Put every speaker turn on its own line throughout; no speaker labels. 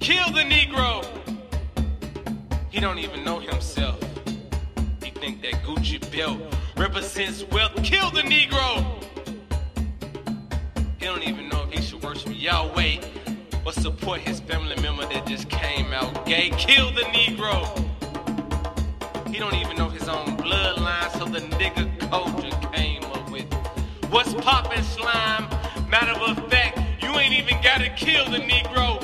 Kill the Negro. He don't even know himself. He think that Gucci belt represents wealth. Kill the Negro. He don't even know if he should worship Yahweh or support his family member that just came out gay. Kill the Negro. He don't even know his own bloodline, so the nigga culture came up with. What's poppin' slime? Matter of fact, you ain't even gotta kill the Negro.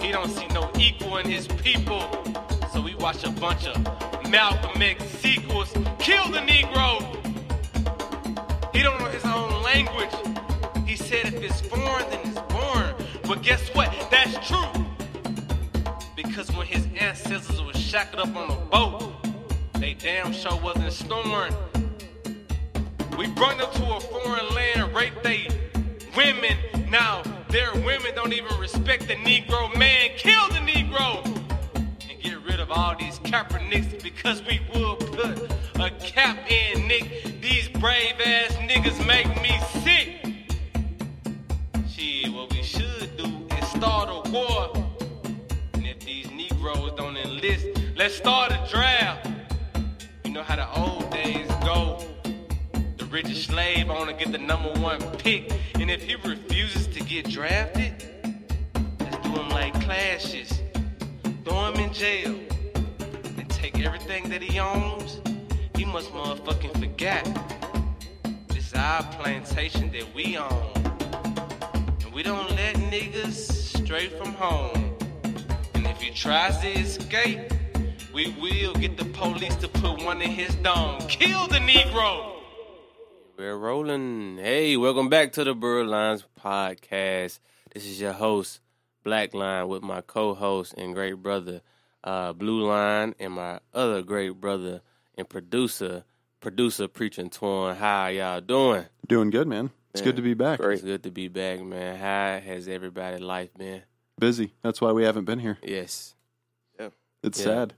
He don't see no equal in his people, so we watch a bunch of Malcolm X sequels. Kill the Negro. He don't know his own language. He said if it's foreign, then it's born. But guess what? That's true. Because when his ancestors was shackled up on a boat, they damn sure wasn't snoring. We brought them to a foreign land, raped they women. Now their women don't even respect the Negro man. Kill the Negro and get rid of all these Kaepernicks because we will put a cap in, Nick. These brave ass niggas make me sick. Shit, what we should do is start a war. And if these Negroes don't enlist, let's start a draft. You know how the old days go. The richest slave owner get the number one pick. And if he refuses to get drafted, let's do him like clashes. Throw him in jail and take everything that he owns. He must motherfucking forget. This is our plantation that we own. And we don't let niggas straight from home. And if he tries to escape, we will get the police to put one in his dome. Kill the Negro!
We're rolling. Hey, welcome back to the Bird Lines podcast. This is your host, Black Line, with my co-host and great brother, uh, Blue Line, and my other great brother and producer, producer preaching torn. How y'all doing?
Doing good, man. It's
Yeah,
good to be back.
It's good to be back, man. How has everybody's life been?
Busy. That's why we haven't been here.
Yes,
It's
Yeah.
sad.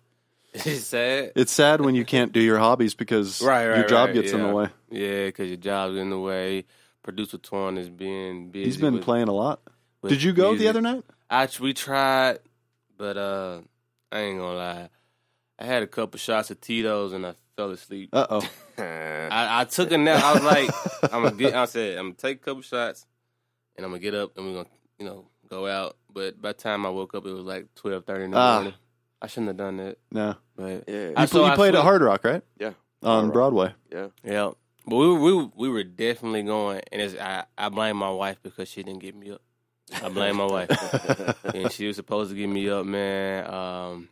it's sad.
It's sad when you can't do your hobbies because
Right, right,
your job
right,
gets in
yeah.
the way.
Yeah, because your job's in the way. Producer Torn is being busy.
He's been
with-
playing a lot.
with
Did you go the
music.
other night?
Actually, we tried, but uh, I ain't gonna lie. I had a couple shots of Tito's and I fell asleep.
Uh oh.
I, I took a nap. I was like, I'm gonna get. I said, I'm gonna take a couple shots, and I'm gonna get up, and we're gonna, you know, go out. But by the time I woke up, it was like twelve thirty in the
Ah.
morning. I shouldn't have done that.
No.
But
Yeah,
You,
I- so
pl- you played at
slept.
Hard Rock, right?
Yeah.
On
Hard Rock.
Broadway.
yeah.
yeah, but we were, we were- we were definitely going, and it's, I I blame my wife because she didn't get me up. I blame my wife. and she was supposed to get me up, man. Um,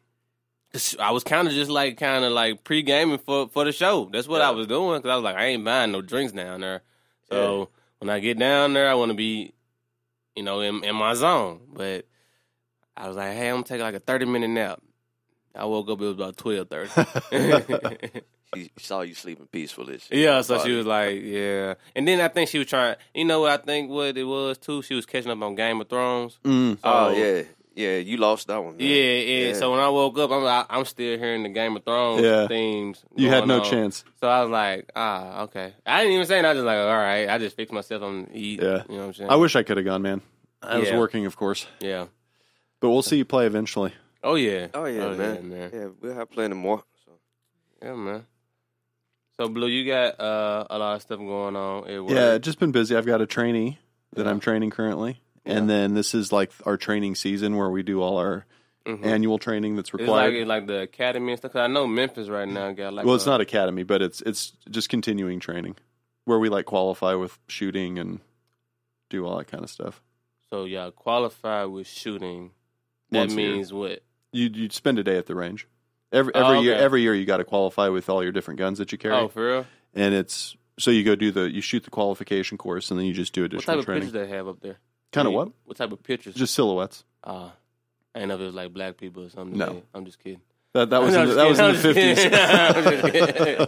'cause I was kind of just like kind of like pre gaming for for the show. That's what I was doing because I was like, I ain't buying no drinks down there. So when I get down there, I want to be, you know, in, in my zone. But I was like, hey, I'm gonna take like a thirty minute nap. I woke up. It was about twelve thirty.
She saw you sleeping peacefully.
Yeah, so she
Probably.
was like, yeah. And then I think she was trying, you know what I think what it was too? She was catching up on Game of Thrones.
Mm.
Oh,
So-
yeah, yeah. You lost that one. Man.
Yeah, yeah.
Yeah.
So when I woke up, I'm I, I'm still hearing the Game of Thrones
Yeah.
themes.
You had
going
no
on.
chance.
So I was like, ah, okay. I didn't even say it. I was just like, all right. I just fixed myself. I'm gonna eat.
Yeah.
You know what I'm saying?
I wish I could have gone, man. I was
Yeah.
working, of course.
yeah.
But we'll see you play eventually.
Oh yeah.
Oh yeah, man.
Yeah, man.
Yeah, we'll have plenty more. So.
Yeah, man. So Blue, you got uh, a lot of stuff going on. at work.
Yeah, just been busy. I've got a trainee that I'm training currently. And then this is like our training season where we do all our
Mhm.
annual training that's
It's like
required.
it's like the academy and stuff. 'Cause I know Memphis right now got like.
well, it's
a-
not academy, but it's it's just continuing training where we like qualify with shooting and do all that kind of stuff.
So y'all qualified with shooting. That
Once a year.
means what?
You you spend a day at the range. Every
Oh,
every year
okay.
every year you got to qualify with all your different guns that you carry,
Oh, for real?
and it's so you go do the you shoot the qualification course and then you just do
What type
additional
of pictures
training.
they have up there?
Kind of
Like,
what?
What type of pictures?
Just silhouettes.
Uh, I ain't know if it was like black people or something.
No.
Yeah, I'm just kidding.
That that was in the, that was in the fifties.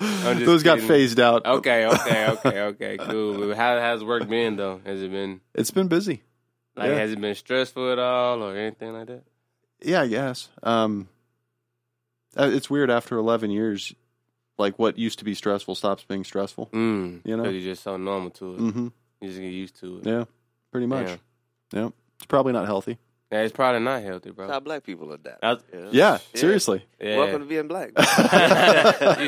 just
Those got
kidding.
phased out.
okay, okay, okay, okay, cool. But How has work been though? Has it been
It's been busy.
like
Yeah.
has it been stressful at all or anything like that?
Yeah, I guess. Um, uh, it's weird after 11 years, like what used to be stressful stops being stressful.
Mm,
You know?
you're just so normal to it.
hmm
You just get used to it.
Yeah, pretty much.
Damn.
Yep. It's probably not healthy.
Yeah, it's probably not healthy,
That's
bro.
how black people adapt.
That's-
know?
Yeah, seriously.
Yeah.
Welcome to being black.
you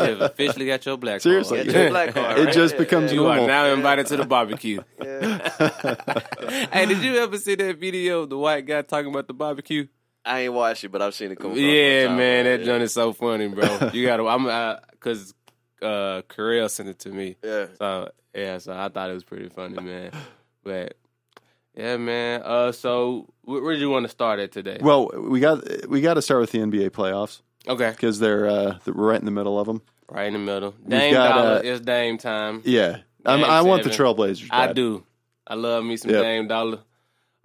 have officially got your black card.
Seriously.
Get your black card.
It
right?
just
Yeah,
becomes
You are
normal.
now invited to the barbecue.
yeah.
hey, did you ever see that video of the white guy talking about the barbecue?
I ain't watched it, but I've seen it come. across my
Yeah,
timeline.
man, that
Yeah.
joint is so funny, bro. You gotta, I'm, I, cause uh, Carell sent it to me.
Yeah.
So yeah, so I thought it was pretty funny, man. But yeah, man. Uh, so where, where do you want to start at today?
Well, we got we got to start with the NBA playoffs
okay,
because they're uh, th- we're right in the middle of them.
right in the middle. Dame
got,
dollar,
uh,
it's Dame time.
Yeah, I'm,
Game
I want the
seven.
Trailblazers.
I
bad.
do. I love me some
Yep.
Dame Dollar.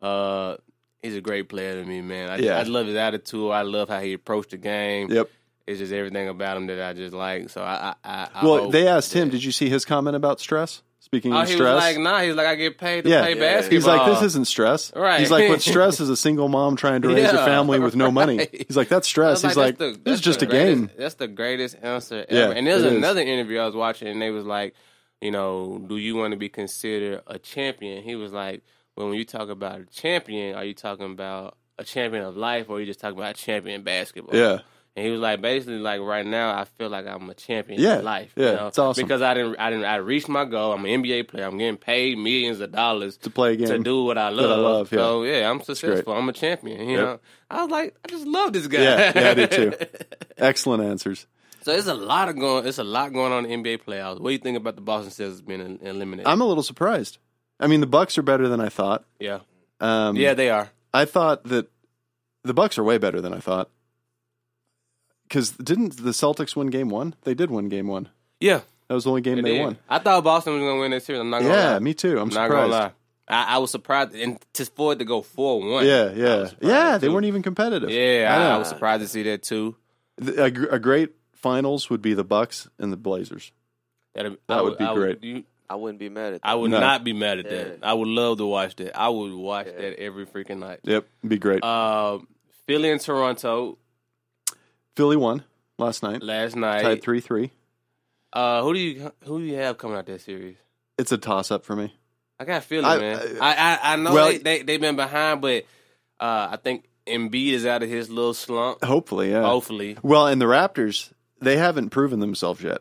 Uh, he's a great player to me, man. I,
Yeah.
I love his attitude. I love how he approached the game.
Yep.
It's just everything about him that I just like. So I, I, I, I
Well,
hope
they asked him.
that-
Did you see his comment about stress? Speaking
Oh,
of
he
stress,
was like, nah. He's like, I get paid to
Yeah.
play
Yeah.
basketball.
He's like, this isn't stress.
"Oh." Right.
He's like, what stress is a single mom trying to raise
Yeah,
a family with no money.
right.
He's like, that's
I
stress.
was
He's
that's
like,
the-
this
that's
is just
the
a game.
greatest- That's the greatest answer
Yeah,
ever. and there's
it is.
another interview I was watching, and they was like, you know, do you want to be considered a champion? He was like, well, when you talk about a champion, are you talking about a champion of life, or are you just talking about a champion in basketball?
Yeah.
And he was like, basically, like right now, I feel like I'm a champion
Yeah,
in life.
yeah,
you know?
it's awesome.
because I didn't, I didn't, I reached my goal. I'm an NBA player. I'm getting paid millions of dollars
To play a game.
to do what I love.
I love, yeah.
So yeah, I'm successful. I'm a champion. You
Yep.
know, I was like, I just love this guy.
Yeah, yeah, I do too. Excellent answers.
so there's a lot of going. It's a lot going on in the NBA playoffs. What do you think about the Boston Celtics being el- eliminated?
I'm a little surprised. I mean, the Bucks are better than I thought.
yeah,
Um,
yeah, they are.
I thought that the Bucks are way better than I thought. Because didn't the Celtics win Game One? They did win Game One.
Yeah,
That was the only game they,
did.
won.
I thought Boston was going to win this series. I'm not going to
Yeah,
lie.
me too. I'm
I'm not
surprised.
going to lie. I, I was surprised, and to for it to go four one.
Yeah, yeah, yeah. They
too.
weren't even competitive.
Yeah, I, I
know.
was surprised to see that too.
Th- a, gr- a great finals would be the Bucks and the Blazers.
That'd-
That
I
would be
I
great.
you-
I wouldn't be mad at that.
I would
No.
not be mad at that.
Yeah.
I would love to watch that. I would watch that every freaking night.
Yep, be great.
Uh, Philly and Toronto
Philly won last night,
last
tied
night.
three three.
Uh, who do you who do you have coming out that series?
It's a toss up for me.
I got Philly,
I-
man. I I, I know
well-
they they they've been behind, but uh, I think Embiid is out of his little slump.
Hopefully, yeah.
Hopefully,
Oh. Well, and the Raptors they haven't proven themselves yet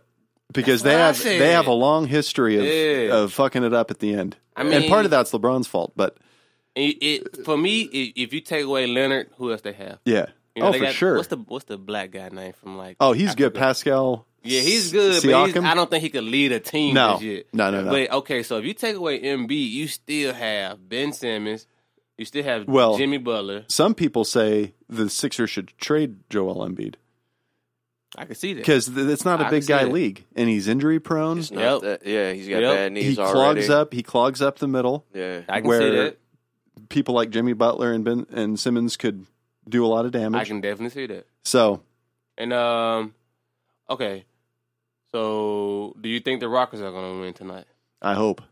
because they
what I
have
said.
they have a long history of
Yeah.
of fucking it up at the end.
I
and part
mean-
of that's LeBron's fault, but
it, it for me. i if you take away Leonard, who else they have?
yeah.
You know,
oh,
they
for
got-
sure.
What's the what's the black guy name from like?
oh, he's good. Pascal.
Yeah, he's
S-
good, but he's,
Siakam?
I don't think he could lead a team.
No.
as yet.
No, no, no.
But okay, so if you take away MB, you still have Ben Simmons, you still have
Well-
Jimmy Butler.
Some people say the Sixers should trade Joel Embiid
I can see that.
because th- it's not
I
a
can
big
see
guy
it.
league, and he's injury prone.
It's not
Yep.
that- Yeah, he's got
Yep.
bad knees
he
already.
clogs up. He clogs up the middle.
Yeah.
I can see
where-
that.
People like Jimmy Butler and Ben and Simmons could do a lot of
I
damage.
can definitely see that.
So
And um, okay, so do you think the Rockets are going to win tonight?
I hope.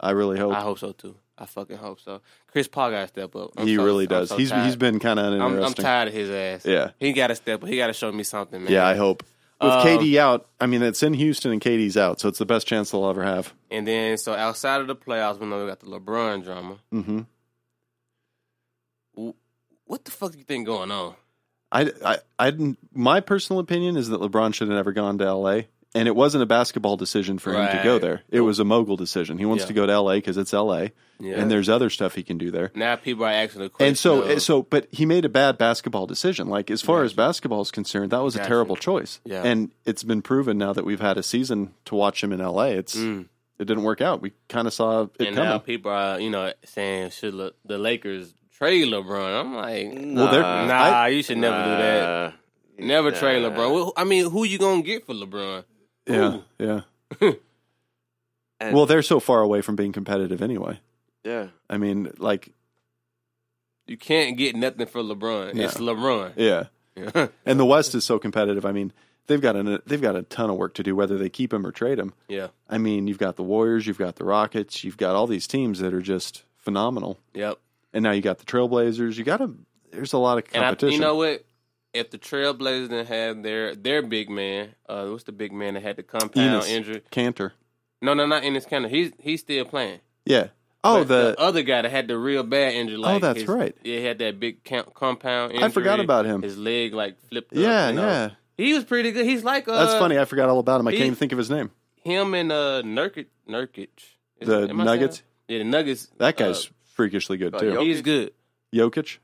I really hope.
I hope so too. I fucking hope so. Chris Paul got to step up. I'm
he
so-
really
I'm
does.
so
he's
tired.
he's been kind of
I'm, I'm
uninteresting.
tired of his ass.
Yeah.
he got to step up. He got to show me something, man.
yeah, I hope. With
Um,
KD out, I mean it's in Houston and KD's out, so it's the best chance they'll ever have.
And then, so outside of the playoffs, we know we got the LeBron drama.
hmm
W- What the fuck do you think going on?
I, I, I didn't- my personal opinion is that LeBron should have never gone to LA, and it wasn't a basketball decision for him to go
Right.
there. It was a mogul decision. He wants
Yeah.
to go to LA because it's LA,
Yeah.
and there's other stuff he can do there.
now people are asking the question.
And so,
of-
so, but he made a bad basketball decision. Like as far
Gotcha.
as basketball is concerned, that was a
Gotcha.
terrible choice.
Yeah.
And it's been proven now that we've had a season to watch him in LA. It's
Mm.
it didn't work out. We kind of saw it
and now
coming.
people are, you know, saying should Le- the Lakers trade LeBron? I'm like,
Nah,
they're-
nah,
I-
you should never do that.
Nah.
Never trade
Nah.
LeBron. Well, I mean, who you gonna get for LeBron?
yeah, yeah.
And-
Well, they're so far away from being competitive anyway.
yeah.
I mean, like,
You can't get nothing for LeBron.
No.
It's LeBron.
yeah.
Yeah.
And the West is so competitive. I mean, they've got an, they've got a ton of work to do, whether they keep him or trade him.
yeah.
I mean, you've got the Warriors, you've got the Rockets, you've got all these teams that are just phenomenal.
Yep.
And now you got the Trailblazers. You got a there's a lot of
And I,
competition.
you know what? If the Trailblazers didn't have their their big man, uh, what's the big man that had the compound
Enos.
injury?
Cantor.
No, no, not Ennis Cantor. He's he's still playing.
Yeah.
But
Oh,
uh,
the, Oh,
other guy that had the real bad injury. Like
that's
his-
right.
Yeah, he had that big com- compound injury.
I forgot about him.
His leg like flipped. up,
yeah,
you know?
yeah.
He was pretty good. He's like uh,
That's funny. I forgot all about him. I
he-
can't even think of his name.
Him and uh, Nurkic. Nurkic. Is-
The
am I saying
Nuggets?
that? Yeah, the Nuggets.
That guy's freakishly good
uh,
uh,
too.
he's good.
Jokic.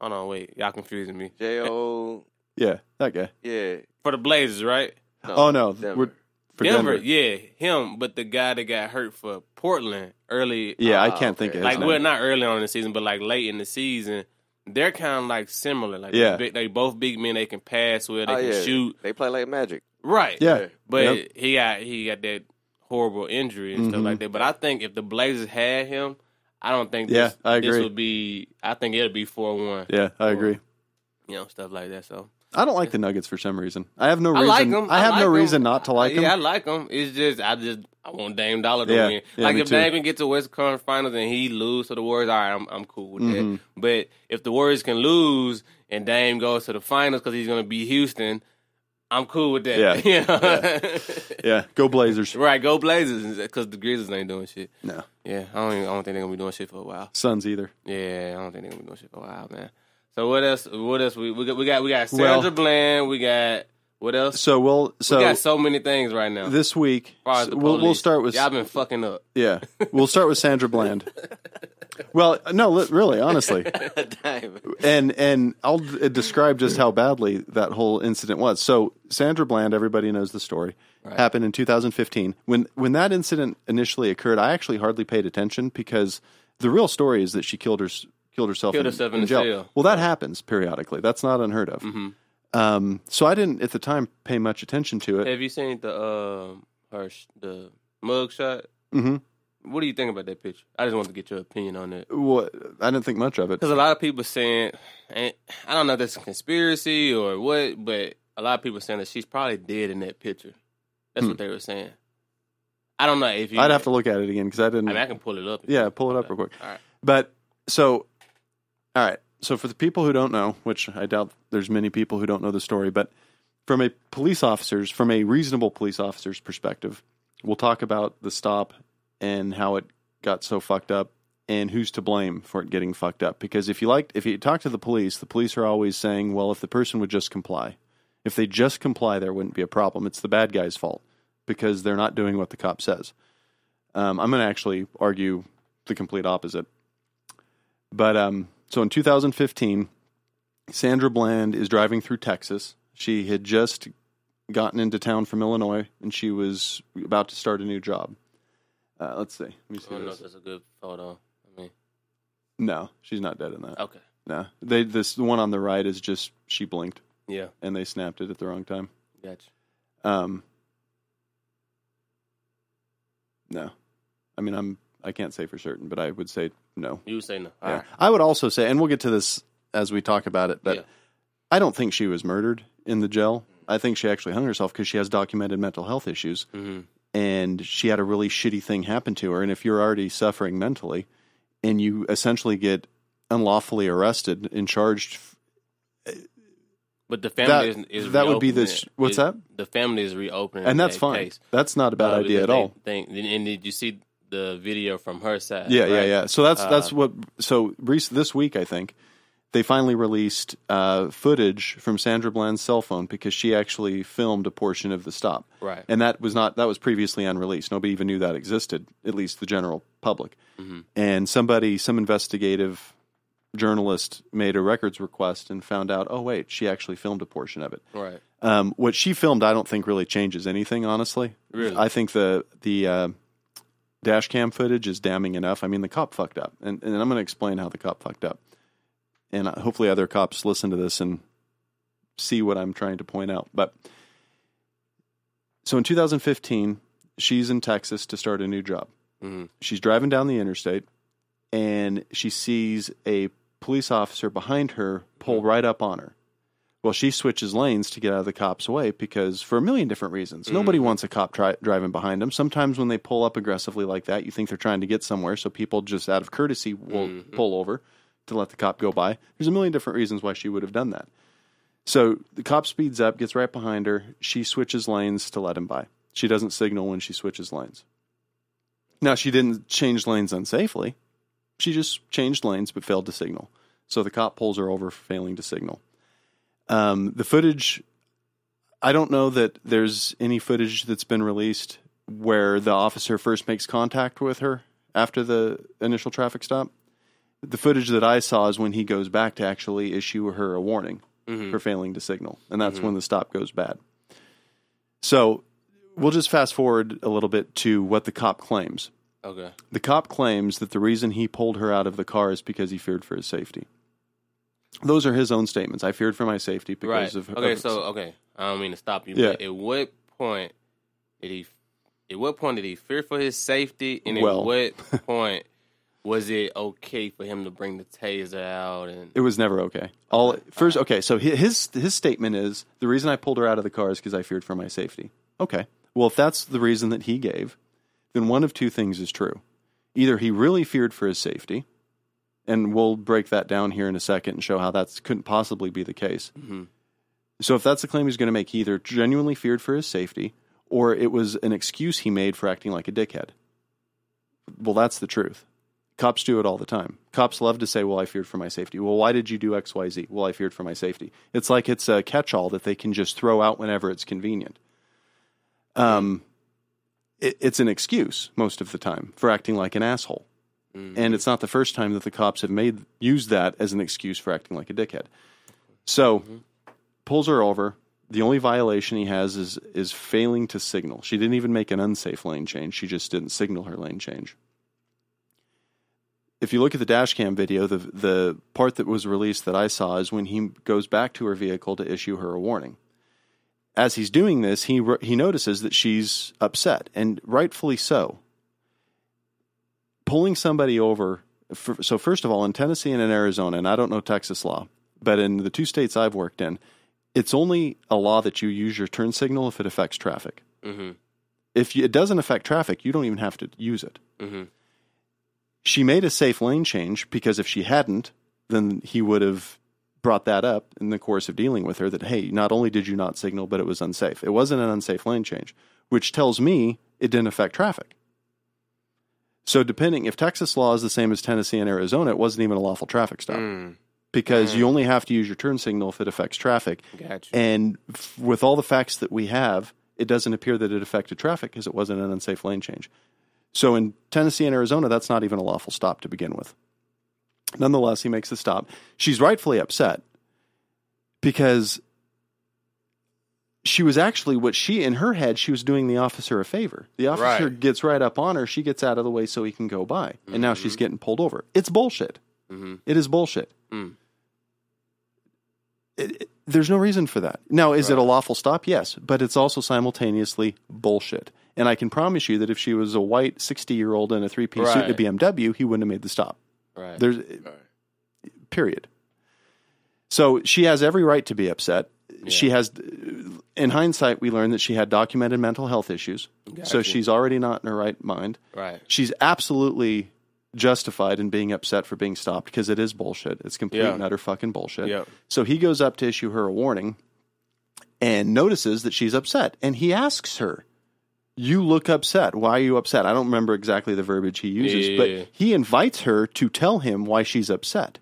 Hold on, wait. Y'all confusing me.
J O.
Yeah, that guy.
Yeah.
For the Blazers, right?
Oh no,
Denver.
we're for
Denver,
Denver.
yeah, him. But the guy that got hurt for Portland early, uh,
Yeah, I
Ah,
can't think
okay.
of his
like
name.
well, not early on in the season, but like late in the season, they're kind of like similar. Like
Yeah.
they big, they both big men. They can pass well. They
Oh,
can
yeah.
shoot.
They play like Magic.
Right.
yeah,
But
Yep.
he got he got that horrible injury and stuff
Mhm.
like that. But I think if the Blazers had him, I don't think
Yeah,
this,
I
this
agree.
would be. I think it'd be four one.
yeah, I agree.
You know, stuff like that. So
I don't like the Nuggets for some reason. I have no
Oh. I
reason.
like him.
I have
like
no
'em.
reason not to like
yeah,
him.
I like him. It's just I just I want Dame Dollar to
Yeah,
win.
yeah,
like
me
if
too.
Dame can get to West Conference Finals and he lose to the Warriors, all right, I'm I'm cool with
Mhm.
that. But if the Warriors can lose and Dame goes to the finals because he's going to be Houston, I'm cool with that.
Yeah,
You know?
yeah, go Blazers.
right. Go Blazers because the Grizzlies ain't doing shit.
No,
Yeah, I don't. Even, I don't think they're gonna be doing shit for a while.
Suns either.
Yeah, I don't think they're gonna be doing shit for a while, man. So what else? What else? We we got we got, we got Sandra
Well-
Bland. We got what else?
So we'll so
we got so many things right now. As
this week
far as the
we'll, we'll
police.
start with
y'all been fucking up.
yeah we'll start with Sandra Bland. well, no, li- really, honestly,
Damn.
and and I'll d- uh, describe just how badly that whole incident was. So Sandra Bland, everybody knows the story, happened in 2015. When when that incident initially occurred, I actually hardly paid attention because the real story is that she killed her killed herself
Killed
in,
herself in
in
the
jail.
cell. Mm-hmm.
Well, that happens periodically. That's not unheard of. Um, so I didn't at the time pay much attention to it.
Have you seen the um her sh- the mug shot?
hmm
What do you think about that picture? I just wanted to get your opinion on it
Well, I didn't think much of it.
because a lot of people saying, and I don't know if that's a conspiracy or what, but a lot of people saying that she's probably dead in that picture. That's what they were saying. I don't know if you.
Hmm. I'd have to look at it again because I didn't.
I mean, I can pull it up.
Yeah, pull it up real quick.
All right.
But so, all right. So for the people who don't know, which I doubt there's many people who don't know the story, but from a police officer's, from a reasonable police officer's perspective, we'll talk about the stop and how it got so fucked up and who's to blame for it getting fucked up. Because if you like, if you talk to the police, the police are always saying, well, if the person would just comply, if they just comply, there wouldn't be a problem. It's the bad guy's fault because they're not doing what the cop says. Um, I'm going to actually argue the complete opposite. But um, so in 2015, Sandra Bland is driving through Texas. She had just gotten into town from Illinois, and she was about to start a new job. Uh, let's see. Let
I
me see
don't know
this.
if that's a good photo. I mean,
No, she's not dead in that.
okay.
No, they this the one on the right is just she blinked
Yeah,
and they snapped it at the wrong time.
gotcha.
Um, no, I mean I'm I can't say for certain, but I would say no.
You say no. All
Yeah.
right.
I would also say, and we'll get to this as we talk about it, but
Yeah.
I don't think she was murdered in the jail. I think she actually hung herself because she has documented mental health issues
hmm
and she had a really shitty thing happen to her. And if you're already suffering mentally and you essentially get unlawfully arrested and charged,
But the family
That-
is, is
that would be
reopening
this-
it.
what's
It-
that?
The family is reopening,
and that's
that
fine.
Case.
That's not a bad
Uh,
idea
because
at
they
all.
Think, and did you see the video from her side?
Yeah, yeah,
right?
yeah. So that's that's
Uh,
what. So rec- this week, I think they finally released uh, footage from Sandra Bland's cell phone because she actually filmed a portion of the stop,
Right.
and that was not that was previously unreleased. Nobody even knew that existed, at least the general public.
Mm-hmm.
And somebody, some investigative journalist, made a records request and found out. Oh wait, she actually filmed a portion of it.
Right.
Um, what she filmed, I don't think really changes anything. Honestly,
Really?
I think the the uh, dash cam footage is damning enough. I mean, the cop fucked up, and, and I'm going to explain how the cop fucked up, and uh, hopefully other cops listen to this and see what I'm trying to point out. But so in 2015, she's in Texas to start a new job.
Mhm.
She's driving down the interstate, and she sees a police officer behind her pull right up on her. Well, she switches lanes to get out of the cop's way because for a million different reasons. Nobody wants a cop tri- driving behind them. Sometimes when they pull up aggressively like that, you think they're trying to get somewhere, so people just out of courtesy will pull over to let the cop go by. There's a million different reasons why she would have done that. So the cop speeds up, gets right behind her. She switches lanes to let him by. She doesn't signal when she switches lanes. Now, she didn't change lanes unsafely. She just changed lanes but failed to signal. So the cop pulls her over for failing to signal. Um, the footage, I don't know that there's any footage that's been released where the officer first makes contact with her after the initial traffic stop. The footage that I saw is when he goes back to actually issue her a warning for failing to signal. And that's when the stop goes bad. So we'll just fast forward a little bit to what the cop claims.
Okay.
The cop claims that the reason he pulled her out of the car is because he feared for his safety. Those are his own statements. I feared for my safety because
Right.
of
okay.
of-
So okay, I don't mean to stop you. But
Yeah.
at what point did he? At what point did he fear for his safety? And at
Well.
what point was it okay for him to bring the taser out? And
it was never okay. All first, okay. So hi- his his statement is the reason I pulled her out of the car is because I feared for my safety. Okay. Well, if that's the reason that he gave, then one of two things is true. Either he really feared for his safety, and we'll break that down here in a second and show how that couldn't possibly be the case. So if that's the claim he's going to make, he either genuinely feared for his safety, or it was an excuse he made for acting like a dickhead. Well, that's the truth. Cops do it all the time. Cops love to say, "Well, I feared for my safety." Well, why did you do X, Y, Z? Well, I feared for my safety. It's like it's a catch-all that they can just throw out whenever it's convenient. Um, it, it's an excuse most of the time for acting like an asshole, and it's not the first time that the cops have made used that as an excuse for acting like a dickhead. So, pulls her over. The only violation he has is is failing to signal. She didn't even make an unsafe lane change. She just didn't signal her lane change if you look at the dash cam video, the the part that was released that I saw is when he goes back to her vehicle to issue her a warning. As he's doing this, he re- he notices that she's upset and rightfully so. Pulling somebody over for, so first of all, in Tennessee and in Arizona, and I don't know Texas law, but in the two states I've worked in, it's only a law that you use your turn signal if it affects traffic.
Mhm.
If you, it doesn't affect traffic, you don't even have to use it
mm-hmm.
she made a safe lane change because if she hadn't, then he would have brought that up in the course of dealing with her that, hey, not only did you not signal, but it was unsafe. It wasn't an unsafe lane change, which tells me it didn't affect traffic. So, depending if Texas law is the same as Tennessee and Arizona, it wasn't even a lawful traffic stop
Mm,
because you only have to use your turn signal if it affects traffic.
got you.
And f- with all the facts that we have, it doesn't appear that it affected traffic because it wasn't an unsafe lane change. So in Tennessee and Arizona, that's not even a lawful stop to begin with. Nonetheless, he makes the stop. She's rightfully upset because she was actually what she in her head she was doing the officer a favor. The officer
Right.
gets right up on her, she gets out of the way so he can go by, and now
Mm-hmm.
she's getting pulled over. It's bullshit.
Mhm.
It is bullshit.
Mm.
It- it- there's no reason for that. Now, is it a lawful stop? Yes, but it's also simultaneously bullshit. And I can promise you that if she was a white 60 year old in a three piece suit and a
Right.
BMW, he wouldn't have made the stop.
Right.
There's
Right.
period. So she has every right to be upset. She has, in hindsight, we learned that she had documented mental health issues. So
Gotcha.
she's already not in her right mind.
Right.
She's absolutely justified in being upset for being stopped because it is bullshit. It's complete
Yeah.
and utter fucking bullshit.
Yeah.
So he goes up to issue her a warning and notices that she's upset. And he asks her, You look upset. Why are you upset? I don't remember exactly the verbiage he uses,
Yeah.
but he invites her to tell him why she's upset.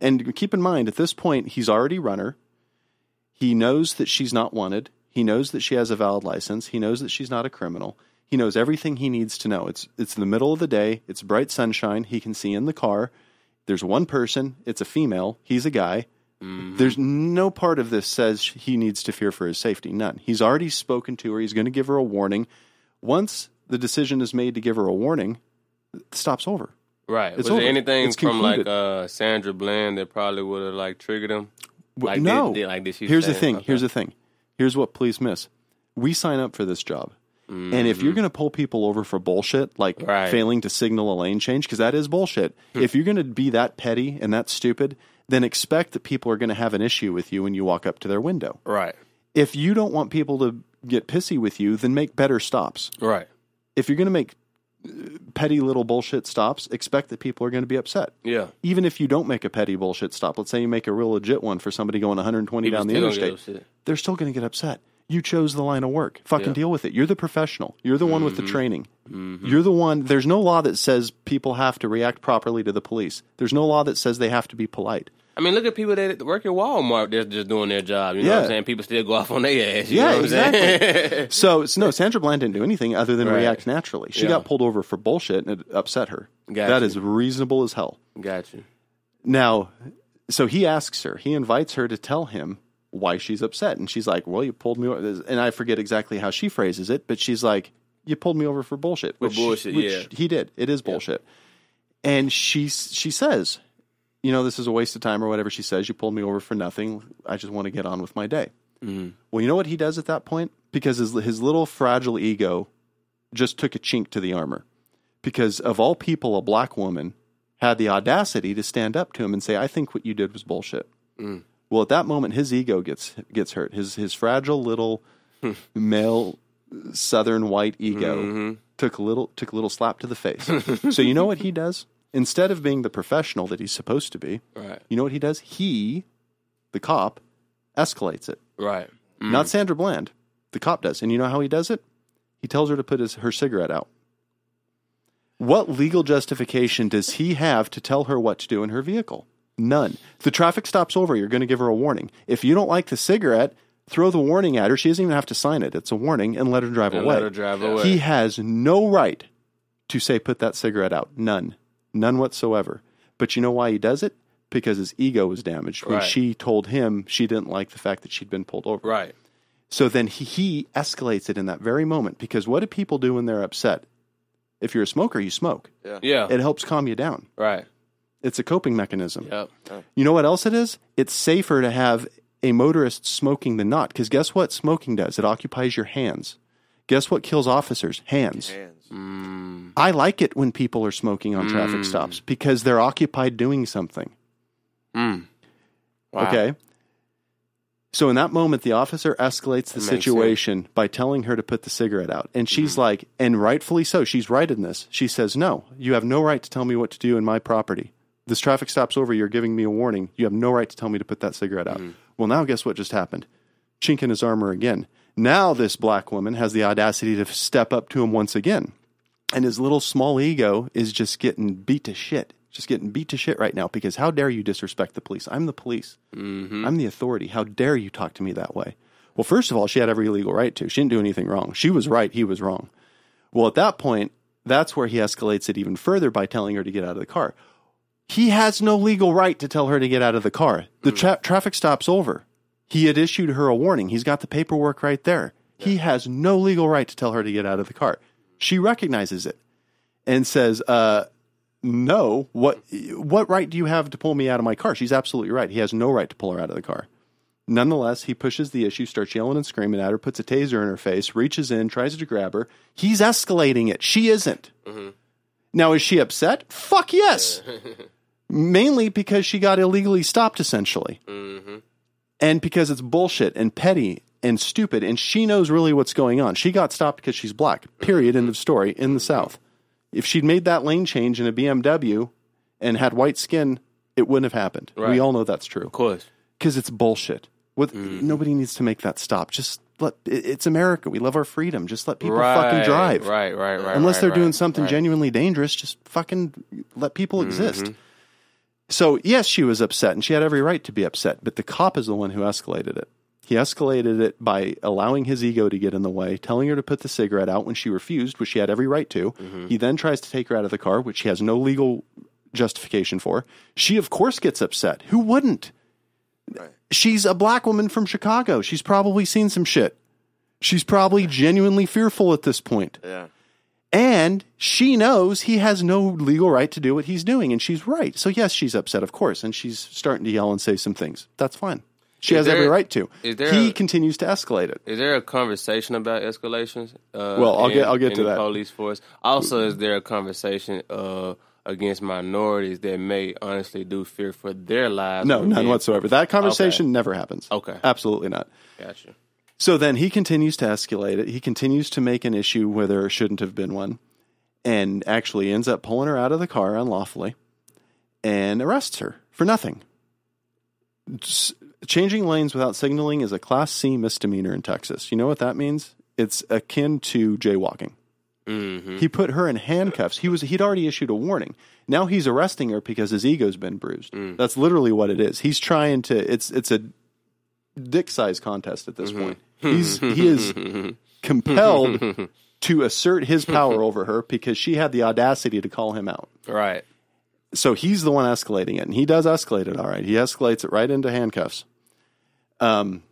And keep in mind, at this point, he's already run her. He knows that she's not wanted. He knows that she has a valid license. He knows that she's not a criminal. He knows everything he needs to know. It's it's in the middle of the day. It's bright sunshine. He can see in the car. There's one person. It's a female. He's a guy. There's no part of this says he needs to fear for his safety. None. He's already spoken to her. He's going to give her a warning. Once the decision is made to give her a warning, it stops over.
Right.
It's
was
over.
there anything
It's
from like
concluded.
uh, Sandra Bland that probably would have like triggered him?
W-
Like,
no.
did- did- like, did she
Here's the
say-
thing.
okay.
Here's the thing. Here's what police miss. We sign up for this job. And if you're going to pull people over for bullshit, like
Mm-hmm. Right. Hmm.
failing to signal a lane change, because that is bullshit. If you're going to be that petty and that stupid, then expect that people are going to have an issue with you when you walk up to their window.
Right.
If you don't want people to get pissy with you, then make better stops.
Right.
If you're going to make uh, petty little bullshit stops, expect that people are going to be upset
Yeah.
even if you don't make a petty bullshit stop, let's say you make a real legit one for somebody going 120
People
down the
still gonna get
interstate,
upset.
they're still going to get upset. You chose the line of work. Fucking
Yeah. Mm-hmm.
deal with it. You're the professional. You're the one with the training. You're the one. There's no law that says people have to react properly to the police. There's no law that says they have to be polite.
I mean, look at people that work at Walmart. They're just doing their job. You know what
Yeah.
I'm saying? People still go off on their ass. You
Yeah,
know what I'm saying?
exactly. so it's no Sandra Bland didn't do anything other than
Right.
react naturally. She
Yeah.
got pulled over for bullshit and it upset her.
Gotcha.
That is reasonable as hell.
Got you.
Now, so he asks her, he invites her to tell him why she's upset. And she's like, Well, you pulled me over. And I forget exactly how she phrases it, but she's like, You pulled me over for bullshit. Which,
bullshit,
which
yeah.
He did. It is bullshit. And she, she says, You know, this is a waste of time or whatever she says. You pulled me over for nothing. I just want to get on with my day.
Mm-hmm.
Well, you know what he does at that point? Because his, his little fragile ego just took a chink to the armor. Because of all people, a black woman had the audacity to stand up to him and say, "I think what you did was bullshit." Well, at that moment, his ego gets gets hurt. His his fragile little male Southern white ego took a little took a little slap to the face. so you know what he does? Instead of being the professional that he's supposed to be,
Right.
you know what he does? He, the cop, escalates it.
Right.
Not Sandra Bland. The cop does. And you know how he does it? He tells her to put his, her cigarette out. What legal justification does he have to tell her what to do in her vehicle? None. If the traffic stops over, you're going to give her a warning. If you don't like the cigarette, throw the warning at her. She doesn't even have to sign it. It's a warning and let her drive
And
away.
let her drive away.
He has no right to say put that cigarette out. None. None whatsoever. But you know why he does it? Because his ego was damaged when
Right.
she told him she didn't like the fact that she'd been pulled over.
Right.
So then he, he escalates it in that very moment because what do people do when they're upset? If you're a smoker, you smoke.
Yeah.
Yeah.
It helps calm you down.
right.
It's a coping mechanism.
Yep.
You know what else it is? It's safer to have a motorist smoking than not because guess what smoking does? It occupies your hands. Guess what kills officers? Hands.
Hands.
Mm.
I like it when people are smoking on traffic stops because they're occupied doing something.
mm, Wow.
Okay. So in that moment, the officer escalates the
makes
situation by telling her to put the cigarette out. And she's like, and rightfully so, she's right in this. She says, No, you have no right to tell me what to do in my property. This traffic stop's over. You're giving me a warning. You have no right to tell me to put that cigarette out. Well, now guess what just happened? Chink in his armor again. Now this black woman has the audacity to step up to him once again. And his little small ego is just getting beat to shit. Just getting beat to shit right now because how dare you disrespect the police? I'm the police. I'm the authority. How dare you talk to me that way? Well, first of all, she had every legal right to. She didn't do anything wrong. She was right. He was wrong. Well, at that point, that's where he escalates it even further by telling her to get out of the car. He has no legal right to tell her to get out of the car. The tra- traffic stop's over. He had issued her a warning. He's got the paperwork right there. He has no legal right to tell her to get out of the car. She recognizes it and says, uh, no, what what right do you have to pull me out of my car? She's absolutely right. He has no right to pull her out of the car. Nonetheless, he pushes the issue, starts yelling and screaming at her, puts a taser in her face, reaches in, tries to grab her. He's escalating it. She isn't. Now, is she upset? Fuck yes. Mainly because she got illegally stopped, essentially. And because it's bullshit and petty and stupid, and she knows really what's going on. She got stopped because she's black, period, end of story, in the South. If she'd made that lane change in a BMW and had white skin, it wouldn't have happened.
Right.
We all know that's true
Of course.
because it's bullshit. What
Mm.
nobody needs to make that stop. Just let it, it's America. We love our freedom. Just let people
right.
fucking drive.
Right. Right. Right.
Unless
right,
they're
right,
doing something
right. Mm-hmm.
genuinely dangerous, just fucking let people exist. So yes, she was upset, and she had every right to be upset. But the cop is the one who escalated it. He escalated it by allowing his ego to get in the way, telling her to put the cigarette out when she refused, which she had every right to.
Mm-hmm.
He then tries to take her out of the car, which she has no legal justification for. She, of course, gets upset. Who wouldn't? she's a black woman from Chicago. She's probably seen some shit. She's probably genuinely fearful at this point.
Yeah.
And she knows he has no legal right to do what he's doing. And she's right. So, yes, she's upset, of course. And she's starting to yell and say some things. That's fine. She
Is
has every
there-
right to.
is there
he
a-
continues to escalate it.
Is there a conversation about escalations? Uh,
Well, I'll get- I'll get
in
to
the
that.
Police force. Also, is there a conversation uh, against minorities that may honestly do fear for their lives?
No, uh,
or
none
being-
whatsoever. That conversation never happens.
Okay.
Absolutely not.
Gotcha.
So then he continues to escalate it. He continues to make an issue where there shouldn't have been one and actually ends up pulling her out of the car unlawfully and arrests her for nothing. S- Changing lanes without signaling is a Class C misdemeanor in Texas. You know what that means? It's akin to jaywalking.
Mm-hmm.
He put her in handcuffs. He was he'd already issued a warning. Now he's arresting her because his ego's been bruised. That's literally what it is. He's trying to it's it's a dick size contest at this
Mm-hmm.
point. He's he is compelled to assert his power over her because she had the audacity to call him out.
Right.
So he's the one escalating it and he does escalate it all right. He escalates it right into handcuffs. Um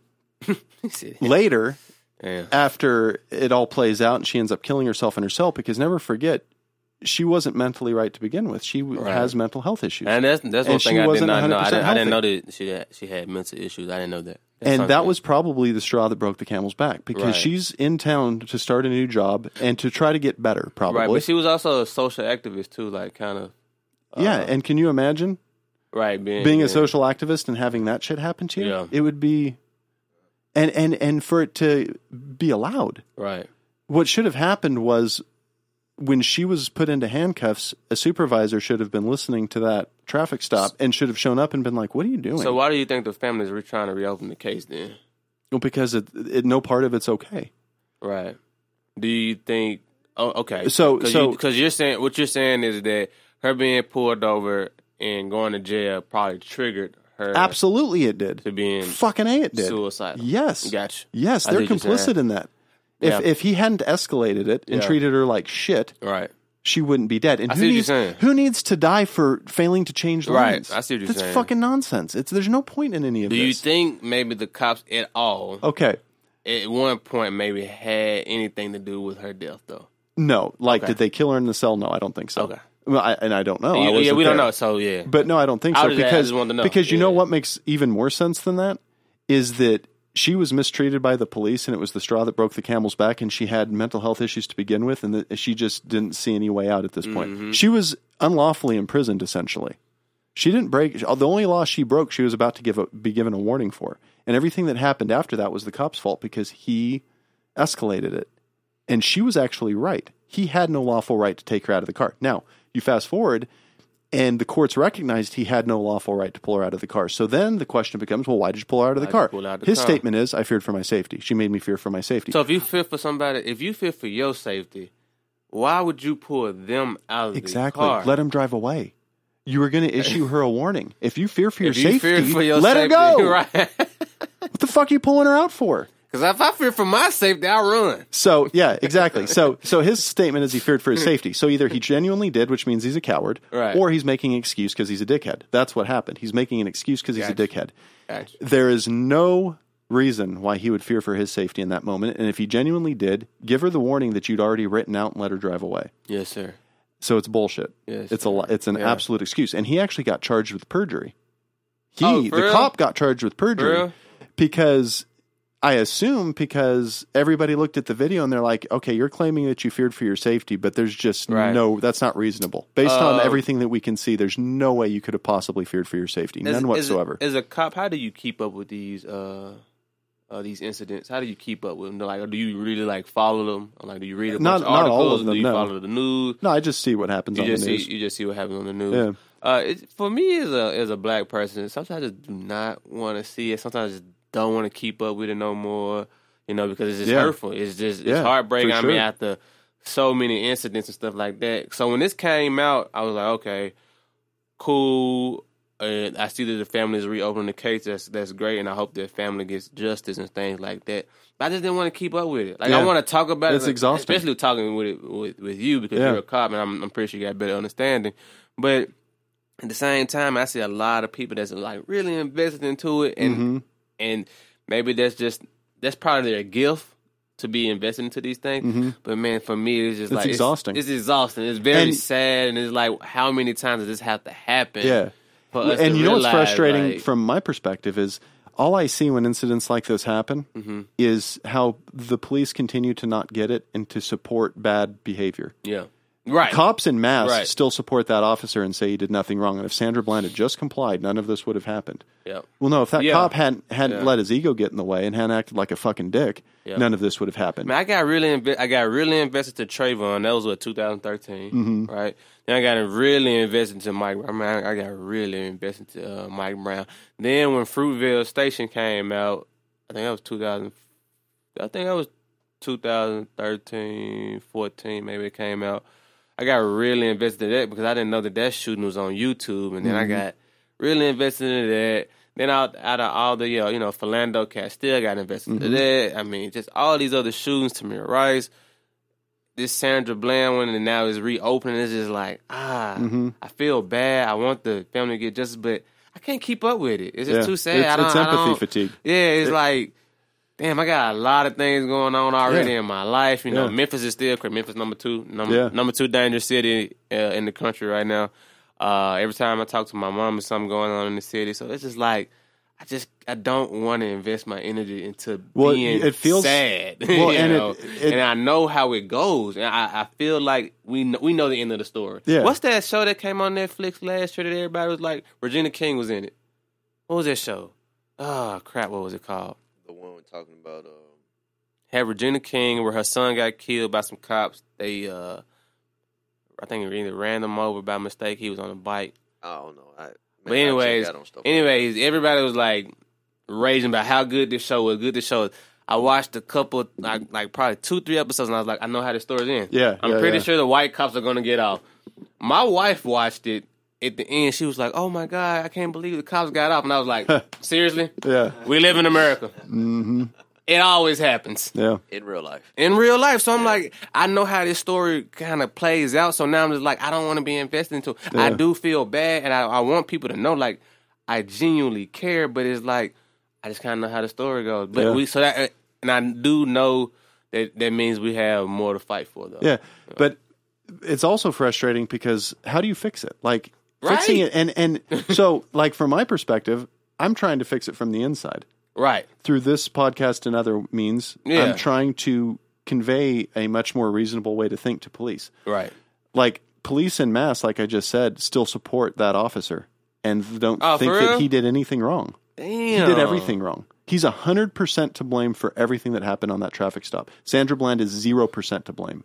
He said-
later
Yeah.
after it all plays out and she ends up killing herself in her cell because never forget she wasn't mentally right to begin with she w
Right.
has mental health issues
And that's that's one
And she
thing I did
wasn't
not know. I
100%
didn't, I didn't know that she had, she had mental issues. I didn't know that. That's
and that
something.
was probably the straw that broke the camel's back because
Right.
she's in town to start a new job and to try to get better probably
right. But she was also a social activist too, like kind of
yeah and can you imagine
right being
being
Uh, yeah.
a social activist and having that shit happen to you
Yeah.
it would be and and and for it to be allowed
right.
what should have happened was when she was put into handcuffs, a supervisor should have been listening to that traffic stop and should have shown up and been like, "What are you doing?"
So why do you think the families were trying to reopen the case then?
well, because it, it, no part of it's okay.
Right. Do you think? Oh, okay.
So-
Cause
so-
because you, are saying what you're saying is that her being pulled over and going to jail probably triggered her
Absolutely, it did.
to being
Fucking a, it did.
suicidal.
Yes,
Gotcha.
yes,
I
they're
see what you're saying.
complicit in that. If
Yeah.
if he hadn't escalated it and
Yeah.
treated her like shit,
Right.
she wouldn't be dead. And
I
who
see what you're
needs
saying.
who needs to die for failing to change
Right,
lanes?
I see what you're
That's
saying.
fucking nonsense. It's there's no point in any of
Do
this.
you think maybe the cops at all
okay,
at one point maybe had anything to do with her death though?
No, like
Okay.
did they kill her in the cell? No, I don't think so.
Okay.
Well, I, and I don't know. Oh, I
yeah,
wasn't
we don't
there.
know. So yeah,
But no, I don't think
I
so
was just- I
because
just wanted to know.
because you
Yeah.
know what makes even more sense than that is that she was mistreated by the police and it was the straw that broke the camel's back and she had mental health issues to begin with and that she just didn't see any way out at this
Mm-hmm.
point. She was unlawfully imprisoned essentially. She didn't break uh, the only law she broke. She was about to give a, be given a warning for, and everything that happened after that was the cop's fault because he escalated it. And she was actually right. He had no lawful right to take her out of the car. Now, you fast forward, and the courts recognized he had no lawful right to pull her out of the car. So then the question becomes well, why did you pull her out of the
Why'd you
car?
pull her out of the
His
car?
statement is I feared for my safety. She made me fear for my safety.
so if you fear for somebody, if you fear for your safety, why would you pull them out of
exactly.
the car?
Let him drive away. You were going to issue her a warning. If you fear for your
if you
safety,
fear for your
let
safety,
her go.
right?
What the fuck are you pulling her out for?
Because if I fear for my safety, I run.
So yeah, exactly. So so his statement is he feared for his safety. So either he genuinely did, which means he's a coward,
Right.
or he's making an excuse because he's a dickhead. That's what happened. He's making an excuse because he's a dickhead.
Gotcha.
There is no reason why he would fear for his safety in that moment. And if he genuinely did, give her the warning that you'd already written out and let her drive away.
Yes, sir.
So it's bullshit.
Yes,
it's a li- it's an
Yeah.
absolute excuse. And he actually got charged with perjury. He
Oh, for
the
real?
cop got charged with
For
perjury
real?
because I assume because everybody looked at the video and they're like, okay, you're claiming that you feared for your safety, but there's just
Right.
no, that's not reasonable. Based
Uh,
on everything that we can see, there's no way you could have possibly feared for your safety, none whatsoever.
As, a cop, how do you keep up with these uh, uh, these incidents? How do you keep up with them? Like, do you really like follow them? Or, like, do you read a bunch
Not-
of
not all
articles?
of
do
them,
you
no.
follow the news?
no, I just see what happens
You
on the
just see
news.
you just see what happens on the news.
Yeah.
Uh, it, for me as a as a black person, sometimes I just do not want to see it. Sometimes I just don't want to keep up with it no more. You know, because it's just
Yeah.
hurtful. It's just it's
Yeah,
heartbreaking.
for
I mean,
sure.
after so many incidents and stuff like that. So when this came out, I was like, okay, cool. And I see that the family is reopening the case. That's that's great, and I hope that family gets justice and things like that. But I just didn't want to keep up with it. Like I
Yeah.
want to talk about
It's
it, like,
exhausting.
Especially talking with it with, with you because
Yeah.
you're a cop, and I'm, I'm pretty sure you got better understanding. But at the same time, I see a lot of people that's like really invested into it, and
Mhm.
and maybe that's just that's probably their gift to be invested into these things. But man, for me, it's just
Mm-hmm. It's
like
exhausting.
It's, exhausting. It's very
And-
sad, and it's like how many times does this have to happen?
Yeah.
for us
and
to
you know
realize,
what's frustrating
like-
from my perspective is all I see when incidents like this happen
Mm-hmm.
is how the police continue to not get it and to support bad behavior.
yeah, Right.
Cops in mass
Right.
still support that officer and say he did nothing wrong. And if Sandra Bland had just complied, none of this would have happened.
Yep.
Well, no, if that
Yeah.
cop hadn't hadn't
Yeah.
let his ego get in the way and hadn't acted like a fucking dick,
Yeah.
none of this would have happened.
Man, I got really inve- I got really invested to Trayvon. That was what 2013, right? Then I got really invested to Mike. I mean, I I got really invested to uh, Mike Brown. Then when Fruitvale Station came out, I think that was 2000. I think that was 2013, 14. Maybe it came out. I got really invested in that because I didn't know that that shooting was on YouTube, and then
Mm-hmm.
I got really invested in that. Then out out of all the you know, you know Philando Castile got invested
Mm-hmm.
in that. I mean, just all these other shootings, Tamir Rice, this Sandra Bland one, and now is reopening. It's just like ah,
Mm-hmm.
I feel bad. I want the family to get justice, but I can't keep up with it. It's just
Yeah.
too sad.
It's-
I don't,
it's
I
empathy
don't-
fatigue.
Yeah, it's like. Damn, I got a lot of things going on already
Yeah.
in my life. You know,
Yeah.
Memphis is still crazy. Memphis number two, number
Yeah.
number two dangerous city uh, in the country right now. Uh, every time I talk to my mom, there's something going on in the city. So it's just like I just I don't want to invest my energy into
Well,
being
it feels-
sad.
well,
you
and it-
know?
it-
and I know how it goes, and I, I feel like we know, we know the end of the story.
Yeah.
What's that show that came on Netflix last year that everybody was like Regina King was in it? What was that show? Oh crap! What was it called?
The one we're talking about. Um,
had Regina King where her son got killed by some cops. They uh I think either ran them over by mistake. He was on a bike.
I don't know. I, man,
But
I check
anyways,
out on stuff like
anyways, everybody was like raging about how good this show was, good this show was. I watched a couple like, like probably two, three episodes and I was like, I know how this story's ends.
Yeah,
I'm
yeah,
pretty
yeah.
sure the white cops are gonna get off. My wife watched it at the end, she was like, Oh my god, I can't believe the cops got off and I was like, Seriously?
Yeah,
We live in America. Mm-hmm. It always happens
yeah.
in real life.
in real life. So I'm like, I know how this story kind of plays out. So now I'm just like, I don't want to be invested into. it. I
Yeah.
do feel bad, and I, I want people to know, like, I genuinely care. But it's like, I just kind of know how the story goes. But
Yeah.
we so that, uh, and I do know that that means we have more to fight for, though.
Yeah, but it's also frustrating because how do you fix it? Like fixing
Right.
it, and and so like from my perspective, I'm trying to fix it from the inside
Right.
through this podcast and other means.
Yeah.
I'm trying to convey a much more reasonable way to think to police.
Right.
Like police in mass, like I just said, still support that officer and don't
Oh,
think
for
that
real?
he did anything wrong.
Damn.
He did everything wrong. He's 100% to blame for everything that happened on that traffic stop. Sandra Bland is 0% to blame.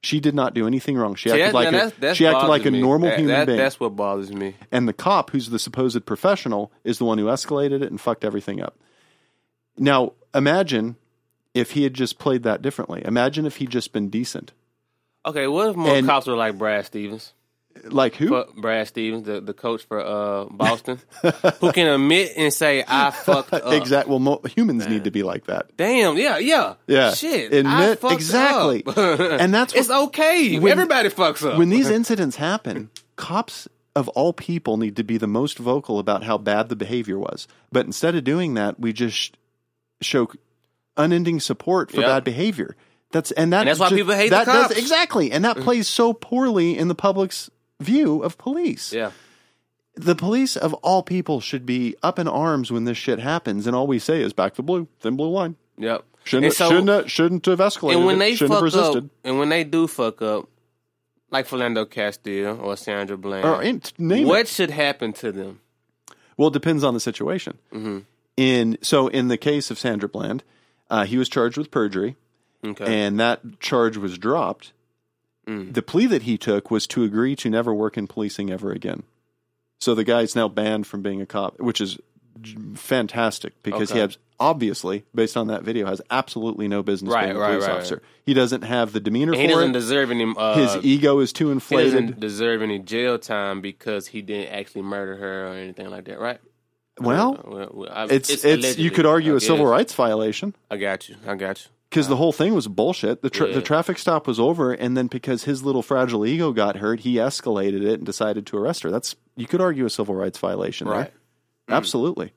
She did not do anything wrong. She
See,
acted
that-
like
that's-
a,
that's
she acted like a
bothers me.
normal
That-
human
that-
being.
That's what bothers me.
And the cop, who's the supposed professional, is the one who escalated it and fucked everything up. Now, imagine if he had just played that differently. Imagine if he'd just been decent.
Okay, what if more
And-
cops were like Brad Stevens?
Like who?
Fuck Brad Stevens, the, the coach for uh, Boston, who can admit and say I fucked up.
exactly. Well, mo- humans need to be like that.
Damn. Yeah. Yeah.
Yeah.
Shit. I
Admit-
fucked
exactly.
up.
And that's what-
it's okay.
when-
Everybody fucks up.
when these incidents happen, cops of all people need to be the most vocal about how bad the behavior was. But instead of doing that, we just show unending support for
Yep.
bad behavior. That's and, that
And that's why
ju-
people hate
that
the
does-
cops. Mm.
exactly, and that plays so poorly in the public's view of police.
yeah.
The police of all people should be up in arms when this shit happens, and all we say is back the blue, thin blue line.
Yep.
Shouldn't
And so-
shouldn't shouldn't have escalated.
and when
it,
they
shouldn't have
fuck
resisted.
up, and when they do fuck up, like Philando Castile or Sandra Bland,
Or in- name it.
what should happen to them?
Well, it depends on the situation.
Mm-hmm.
In so, in the case of Sandra Bland, uh, he was charged with perjury,
Okay. Mm.
and that charge was dropped. The plea that he took was to agree to never work in policing ever again. So the guy's now banned from being a cop, which is j- fantastic because he
Okay.
has obviously, based on that video, has absolutely no business
Right,
being a
right,
police
right,
officer. He doesn't have the demeanor
And he
for
doesn't
it.
deserve any. Uh,
His ego is too
he
inflated.
doesn't deserve any jail time because he didn't actually murder her or anything like that, right?
Well,
Uh, Well, well, I-
it's it's, you could
allegedly,
argue
I
a civil
guess.
rights violation.
I got you. I got you.
because the whole thing was bullshit. The tra-
Yeah.
the traffic stop was over, and then because his little fragile ego got hurt, he escalated it and decided to arrest her. That's you could argue a civil rights violation, there.
Right. Mm.
Absolutely,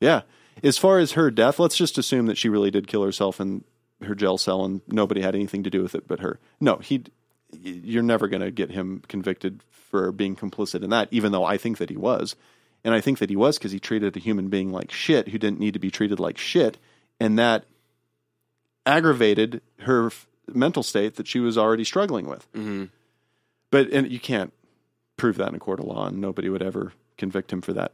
yeah. As far as her death, let's just assume that she really did kill herself in her jail cell, and nobody had anything to do with it but her. No, he. You're never going to get him convicted for being complicit in that, even though I think that he was, and I think that he was because he treated a human being like shit who didn't need to be treated like shit, and that
Mm-hmm.
aggravated her f- mental state that she was already struggling with. But and you can't prove that in a court of law, and nobody would ever convict him for that.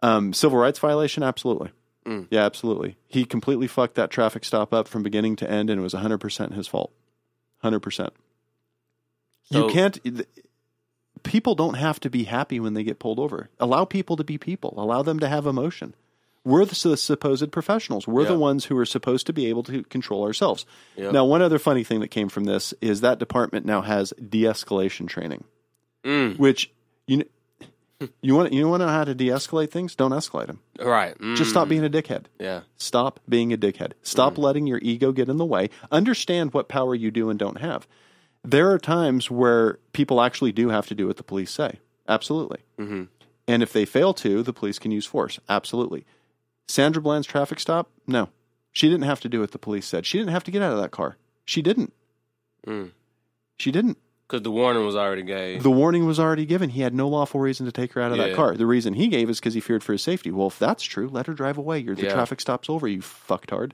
Um, civil rights violation, absolutely.
Mm.
Yeah, absolutely. He completely fucked that traffic stop up from beginning to end, and it was 100% his fault. 100%.
So-
you can't. th- People don't have to be happy when they get pulled over. Allow people to be people, allow them to have emotion. We're the, s- supposed professionals. We're the
Yeah.
ones who are supposed to be able to control ourselves.
Yeah.
Now, one other funny thing that came from this is that department now has de-escalation training,
Mm.
which you kn- you want you want to know how to de-escalate things? Don't escalate them.
Right. Mm.
Just stop being a dickhead.
Yeah.
Stop being a dickhead. Stop letting your ego get in the way. Understand what power you do and don't have. There are times where people actually do have to do what the police say. Absolutely.
Mhm.
And if they fail to, the police can use force. Absolutely. Sandra Bland's traffic stop? No. She didn't have to do what the police said. She didn't have to get out of that car. She didn't.
Mm.
She didn't.
Because the warning was already gave.
The warning was already given. He had no lawful reason to take her out of that
Yeah.
car. The reason he gave is because he feared for his safety. Well, if that's true, let her drive away. Your the
Yeah.
traffic stop's over. You fucktard.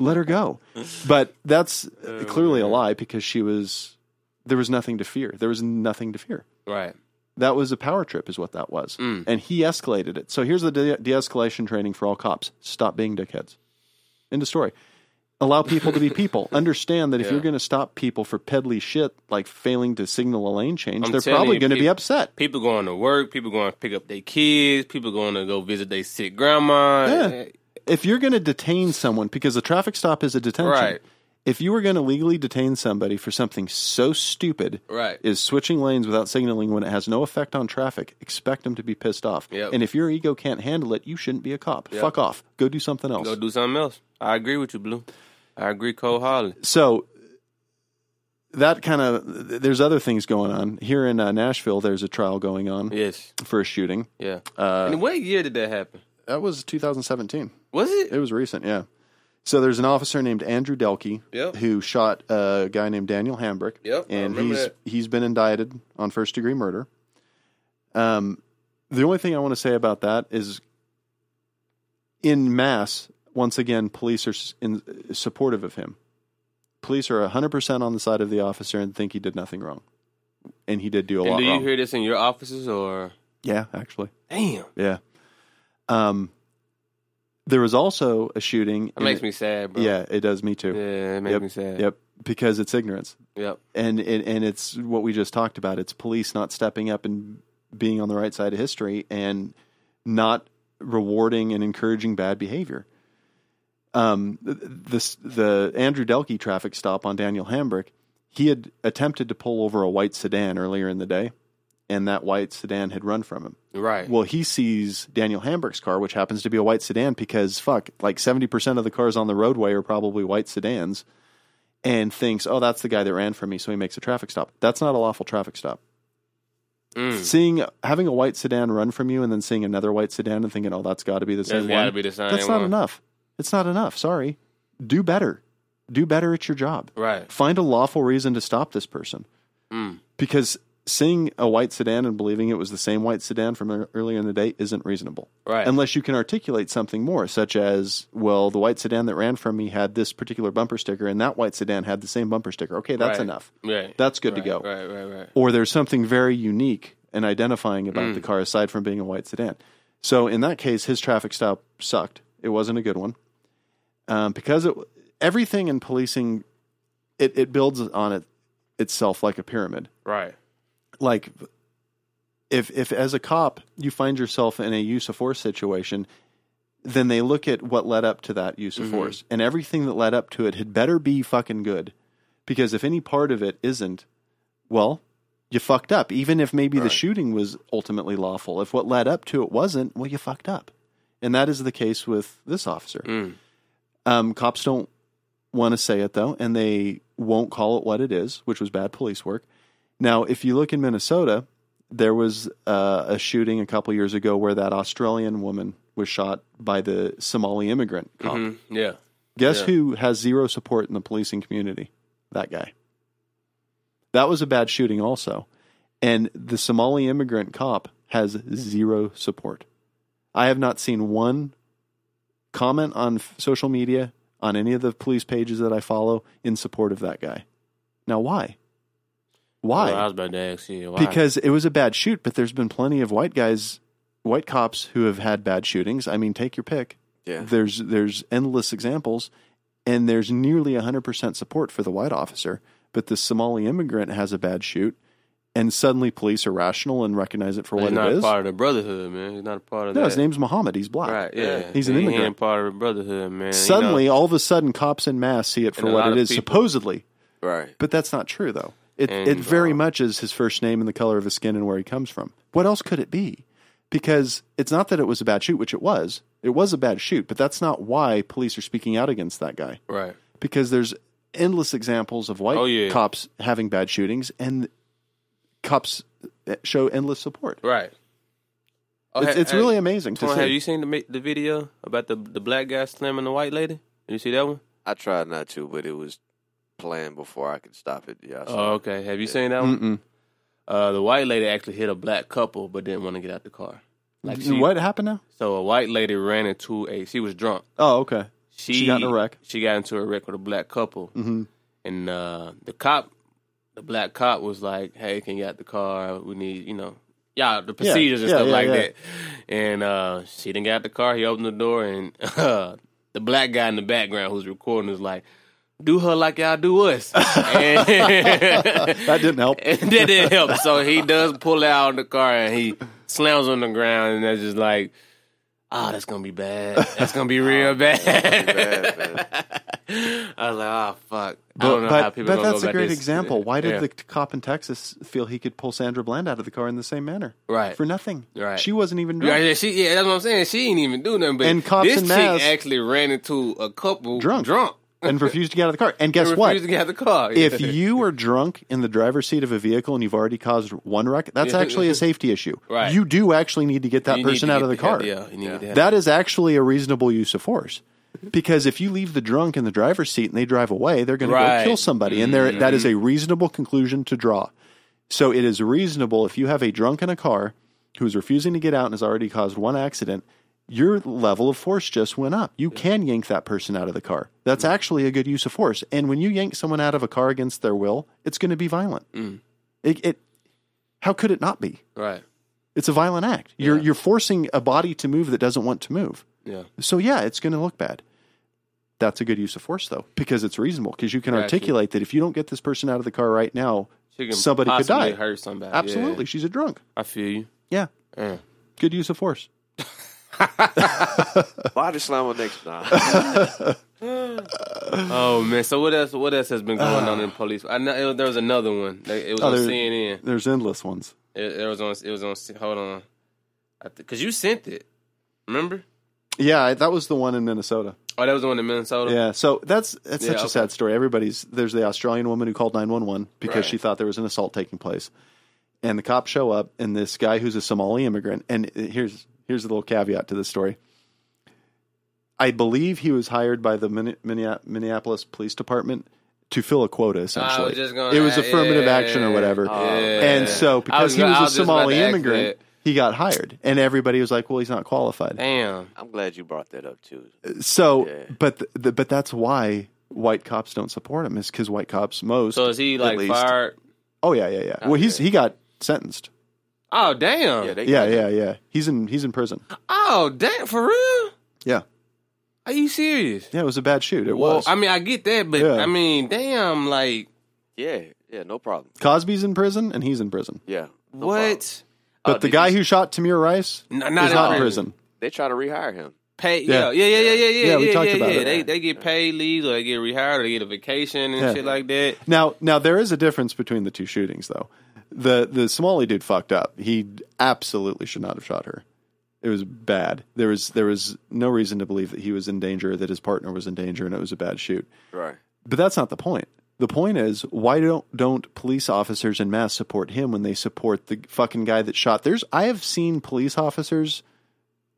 let her go. But that's uh, clearly
Oh,
a lie because she was. There was nothing to fear. There was nothing to fear.
right.
That was a power trip, is what that was.
Mm.
And he escalated it. So here's the de- de-escalation training for all cops: stop being dickheads. End of story. Allow people to be people. Understand that if
Yeah.
you're going to stop people for peddly shit, like failing to signal a lane change,
I'm
they're
telling
probably
you,
going to be
peop-
upset.
People going to work. People going to pick up their kids. People going to go visit their sick grandma.
Yeah. If you're going to detain someone, because a traffic stop is a detention,
Right.
if you were going to legally detain somebody for something so stupid
Right.
is switching lanes without signaling when it has no effect on traffic, expect them to be pissed off.
Yep.
And if your ego can't handle it, you shouldn't be a cop.
Yep.
Fuck off. Go do something else.
Go do something else. I agree with you, Blue. I agree, Cole Holly.
so that kind of there's other things going on here in uh, Nashville. There's a trial going on
Yes.
for a shooting.
Yeah.
Uh,
and what year did that happen?
that was 2017.
Was it?
It was recent, yeah. So there's an officer named Andrew Delkey
Yep.
who shot a guy named Daniel Hambrick.
Yep, I
and
remember
he's
that.
he's been indicted on first degree murder. Um, the only thing I want to say about that is, in mass, once again, police are s- in, supportive of him. Police are 100 percent on the side of the officer and think he did nothing wrong, and he did do a
And
lot
do you
wrong.
hear this in your offices or?
yeah, actually,
Damn.
yeah. Um, there was also a shooting.
That makes me sad, bro.
Yeah, it does me too.
Yeah, it makes
Yep.
me sad.
Yep, because it's ignorance,
Yep.
and, and and it's what we just talked about. It's police not stepping up and being on the right side of history, and not rewarding and encouraging bad behavior. Um, th- this the Andrew Delkey traffic stop on Daniel Hambrick. He had attempted to pull over a white sedan earlier in the day, and that white sedan had run from him.
Right.
Well, he sees Daniel Hambrick's car, which happens to be a white sedan, because fuck, like seventy percent of the cars on the roadway are probably white sedans, and thinks, "Oh, that's the guy that ran from me," so he makes a traffic stop. That's not a lawful traffic stop.
Mm.
Seeing having a white sedan run from you, and then seeing another white sedan and thinking, "Oh, that's got to be the
That's
same
got to
one."
be the same
that's
one.
not enough. It's not enough. Sorry. Do better. Do better at your job.
Right.
Find a lawful reason to stop this person
Mm.
because seeing a white sedan and believing it was the same white sedan from ear- earlier in the day isn't reasonable
Right.
unless you can articulate something more, such as, well, the white sedan that ran from me had this particular bumper sticker, and that white sedan had the same bumper sticker. Okay, that's
Right.
enough.
right.
That's good
right,
to go.
Right. Right. Right.
Or there's something very unique and identifying about the car aside from being a white sedan. So in that case, his traffic stop sucked. It wasn't a good one um, because it everything in policing it, it builds on it itself like a pyramid
Right.
like if if as a cop you find yourself in a use of force situation then they look at what led up to that use of force and everything that led up to it had better be fucking good because if any part of it isn't well you fucked up even if maybe the shooting was ultimately lawful if what led up to it wasn't well you fucked up and that is the case with this officer
Mm.
um, cops don't want to say it though, and they won't call it what it is, which was bad police work. Now, if you look in Minnesota, there was uh, a shooting a couple years ago where that Australian woman was shot by the Somali immigrant cop.
Mm. Yeah.
Guess
Yeah.
who has zero support in the policing community? That guy. That was a bad shooting, also. And the Somali immigrant cop has zero support. I have not seen one comment on f- social media, on any of the police pages that I follow, in support of that guy. Now, why? Why?
Well, I was about to ask you why.
because it was a bad shoot, but there's been plenty of white guys, white cops who have had bad shootings. I mean, take your pick.
Yeah.
There's there's endless examples, and there's nearly 100% support for the white officer, but the Somali immigrant has a bad shoot, and suddenly police are rational and recognize it for
But
what
he's not
it
a
is.
part of the brotherhood, man. He's not a part of
no,
that.
his name's Muhammad. He's black.
Right,
Yeah.
yeah.
He's an
He- He
immigrant.
ain't part of the brotherhood, man. You
Suddenly,
know,
all of a sudden, cops en masse see it for
And a
what
lot
it
of
is,
people-
supposedly.
Right.
But that's not true, though. It
And,
it very
uh,
much is his first name and the color of his skin and where he comes from. What else could it be? Because it's not that it was a bad shoot, which it was. It was a bad shoot, but that's not why police are speaking out against that guy.
right.
Because there's endless examples of white
Oh, yeah.
cops having bad shootings, and cops show endless support.
Right. Oh,
it's
ha-
it's
hey,
really amazing to
Twan, have
see.
you seen the ma- the video about the the black guy slamming the white lady? Did you see that one?
I tried not to, but it was planned before I could stop it. Yeah. I saw
Oh,
it.
okay. Have you seen that one?
Mm-mm.
Uh, the white lady actually hit a black couple, but didn't want to get out the car. Like she,
what happened now?
So a white lady ran into a. She was drunk.
Oh, okay.
She,
She got in a wreck.
She got into a wreck with a black couple,
hmm
and uh, the cop, the black cop, was like, "Hey, can you get out the car? We need, you know, yeah, the procedures and
yeah,
stuff
yeah,
like
yeah.
that." And uh, she didn't get out the car. He opened the door, and the black guy in the background who's recording is like, "Do her like y'all do us." And-
That didn't help.
and that didn't help. So he does pull out of the car and he slams on the ground, and that's just like, ah, that's gonna be bad. Oh, That's gonna be real
bad,
bad.
man.
I was like, ah, fuck. I don't know how people. gonna
but
go
that's a
about
great
this.
example. Why did
Yeah.
the cop in Texas feel he could pull Sandra Bland out of the car in the same manner?
Right.
For nothing.
Right.
She wasn't even
Yeah,
drunk.
yeah, she, yeah, that's what I'm saying. She didn't even do nothing. But
And cops
this
and
chick
masks-
actually ran into a couple
Drunk.
drunk.
and refused to get out of the car. And guess
Refused
what?
to get out the car.
If you are drunk in the driver's seat of a vehicle and you've already caused one wreck, that's
Yeah.
actually a safety issue.
Right.
You do actually need to get that
You need
person
to
out
get
of the car.
Yeah, you need to get the-
That is actually a reasonable use of force. Because if you leave the drunk in the driver's seat and they drive away, they're going to
Right. Mm-hmm.
go kill somebody. And there, that is a reasonable conclusion to draw. So it is reasonable if you have a drunk in a car who is refusing to get out and has already caused one accident, your level of force just went up. You can yank that person out of the car. That's
Mm.
actually a good use of force. And when you yank someone out of a car against their will, it's going to be violent.
Mm.
It, it, how could it not be?
Right.
It's a violent act. You're,
Yeah.
you're forcing a body to move that doesn't want to move.
Yeah.
So yeah, it's going to look bad. That's a good use of force though, because it's reasonable. Because you can
Gotcha.
articulate that if you don't get this person out of the car right now,
She can
Somebody could
possibly
die.
Hurt somebody. Yeah.
absolutely, she's a drunk.
I feel you.
Yeah,
Yeah.
good use of force.
Body slam on next. Nah.
Oh man! So what else? What else has been going on in police? I know it, there was another one. Like, It was
Uh. Oh,
on
there-
CNN.
There's endless ones.
It, it was on. It was on. C- Hold on, because you sent it. Remember?
Yeah, I- that was the one in Minnesota.
Oh, that was the one in Minnesota.
Yeah, so that's that's
Yeah,
such a
okay.
sad story. Everybody's there's the Australian woman who called nine one one because
Right.
she thought there was an assault taking place, and the cops show up, and this guy who's a Somali immigrant. And here's here's a little caveat to this story. I believe he was hired by the Minne- Minne- Minneapolis Police Department to fill a quota.
I
Essentially,
was just going.
it was affirmative action or whatever.
Oh,
And so because he was a Somali immigrant, he got hired, and everybody was like, "Well, he's not qualified."
Damn.
I'm glad you brought that up too.
So,
Yeah.
but th- th- but that's why white cops don't support him is because white cops most.
So is he
at
like
least-
fired?
Oh yeah, yeah, yeah. Well, he's he got sentenced.
Oh damn.
Yeah, they
Yeah,
got you.
yeah, yeah. He's in he's in prison.
oh damn. For real?
Yeah,
Are you serious?
yeah. It was a bad shoot. It
Well,
was.
I mean, I get that, but
Yeah.
I mean, damn, like
Yeah, yeah, no problem.
Cosby's in prison and he's in prison.
Yeah, no problem.
what?
But
Oh,
the
did
guy
you-
who shot Tamir Rice
N-
is
in
not in
prison.
prison.
they try to rehire him.
Pay,
Yeah.
yeah, yeah, yeah, yeah, yeah, yeah.
Yeah, we
yeah,
talked
yeah,
about
yeah.
it.
They they get paid leaves, or they get rehired, or they get a vacation and
Yeah.
shit like that.
Now, now there is a difference between the two shootings, though. The the Somali dude fucked up. He absolutely should not have shot her. It was bad. There was there was no reason to believe that he was in danger, that his partner was in danger, and it was a bad shoot.
Right.
But that's not the point. The point is, why don't don't police officers in mass support him when they support the fucking guy that shot? There's I have seen police officers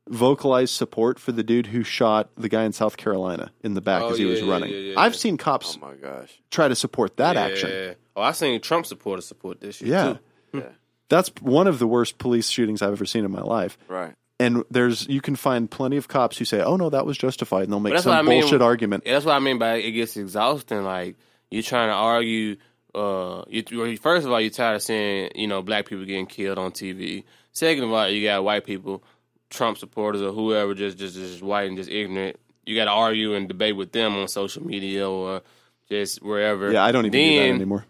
vocalize support for the dude who shot the guy in South Carolina in the back
Oh,
as he
yeah,
was
yeah,
running.
yeah, yeah,
I've
yeah.
seen
Oh
cops
my gosh.
try to support that action.
Yeah. Oh, I seen Trump supporters support this shit
Yeah.
too.
Yeah.
That's one of the worst police shootings I've ever seen in my life.
Right.
And there's you can find plenty of cops who say, "Oh no, that was justified," and they'll make
that's what
some
I mean.
bullshit argument.
Yeah, that's what I mean by it gets exhausting. Like you trying to argue uh, you, you- first of all, you're tired of seeing you know black people getting killed on TV. Second of all, you got white people, Trump supporters or whoever, just just just white and just ignorant. You got to argue and debate with them on social media or just wherever.
Yeah, I don't even do that
Then-
anymore.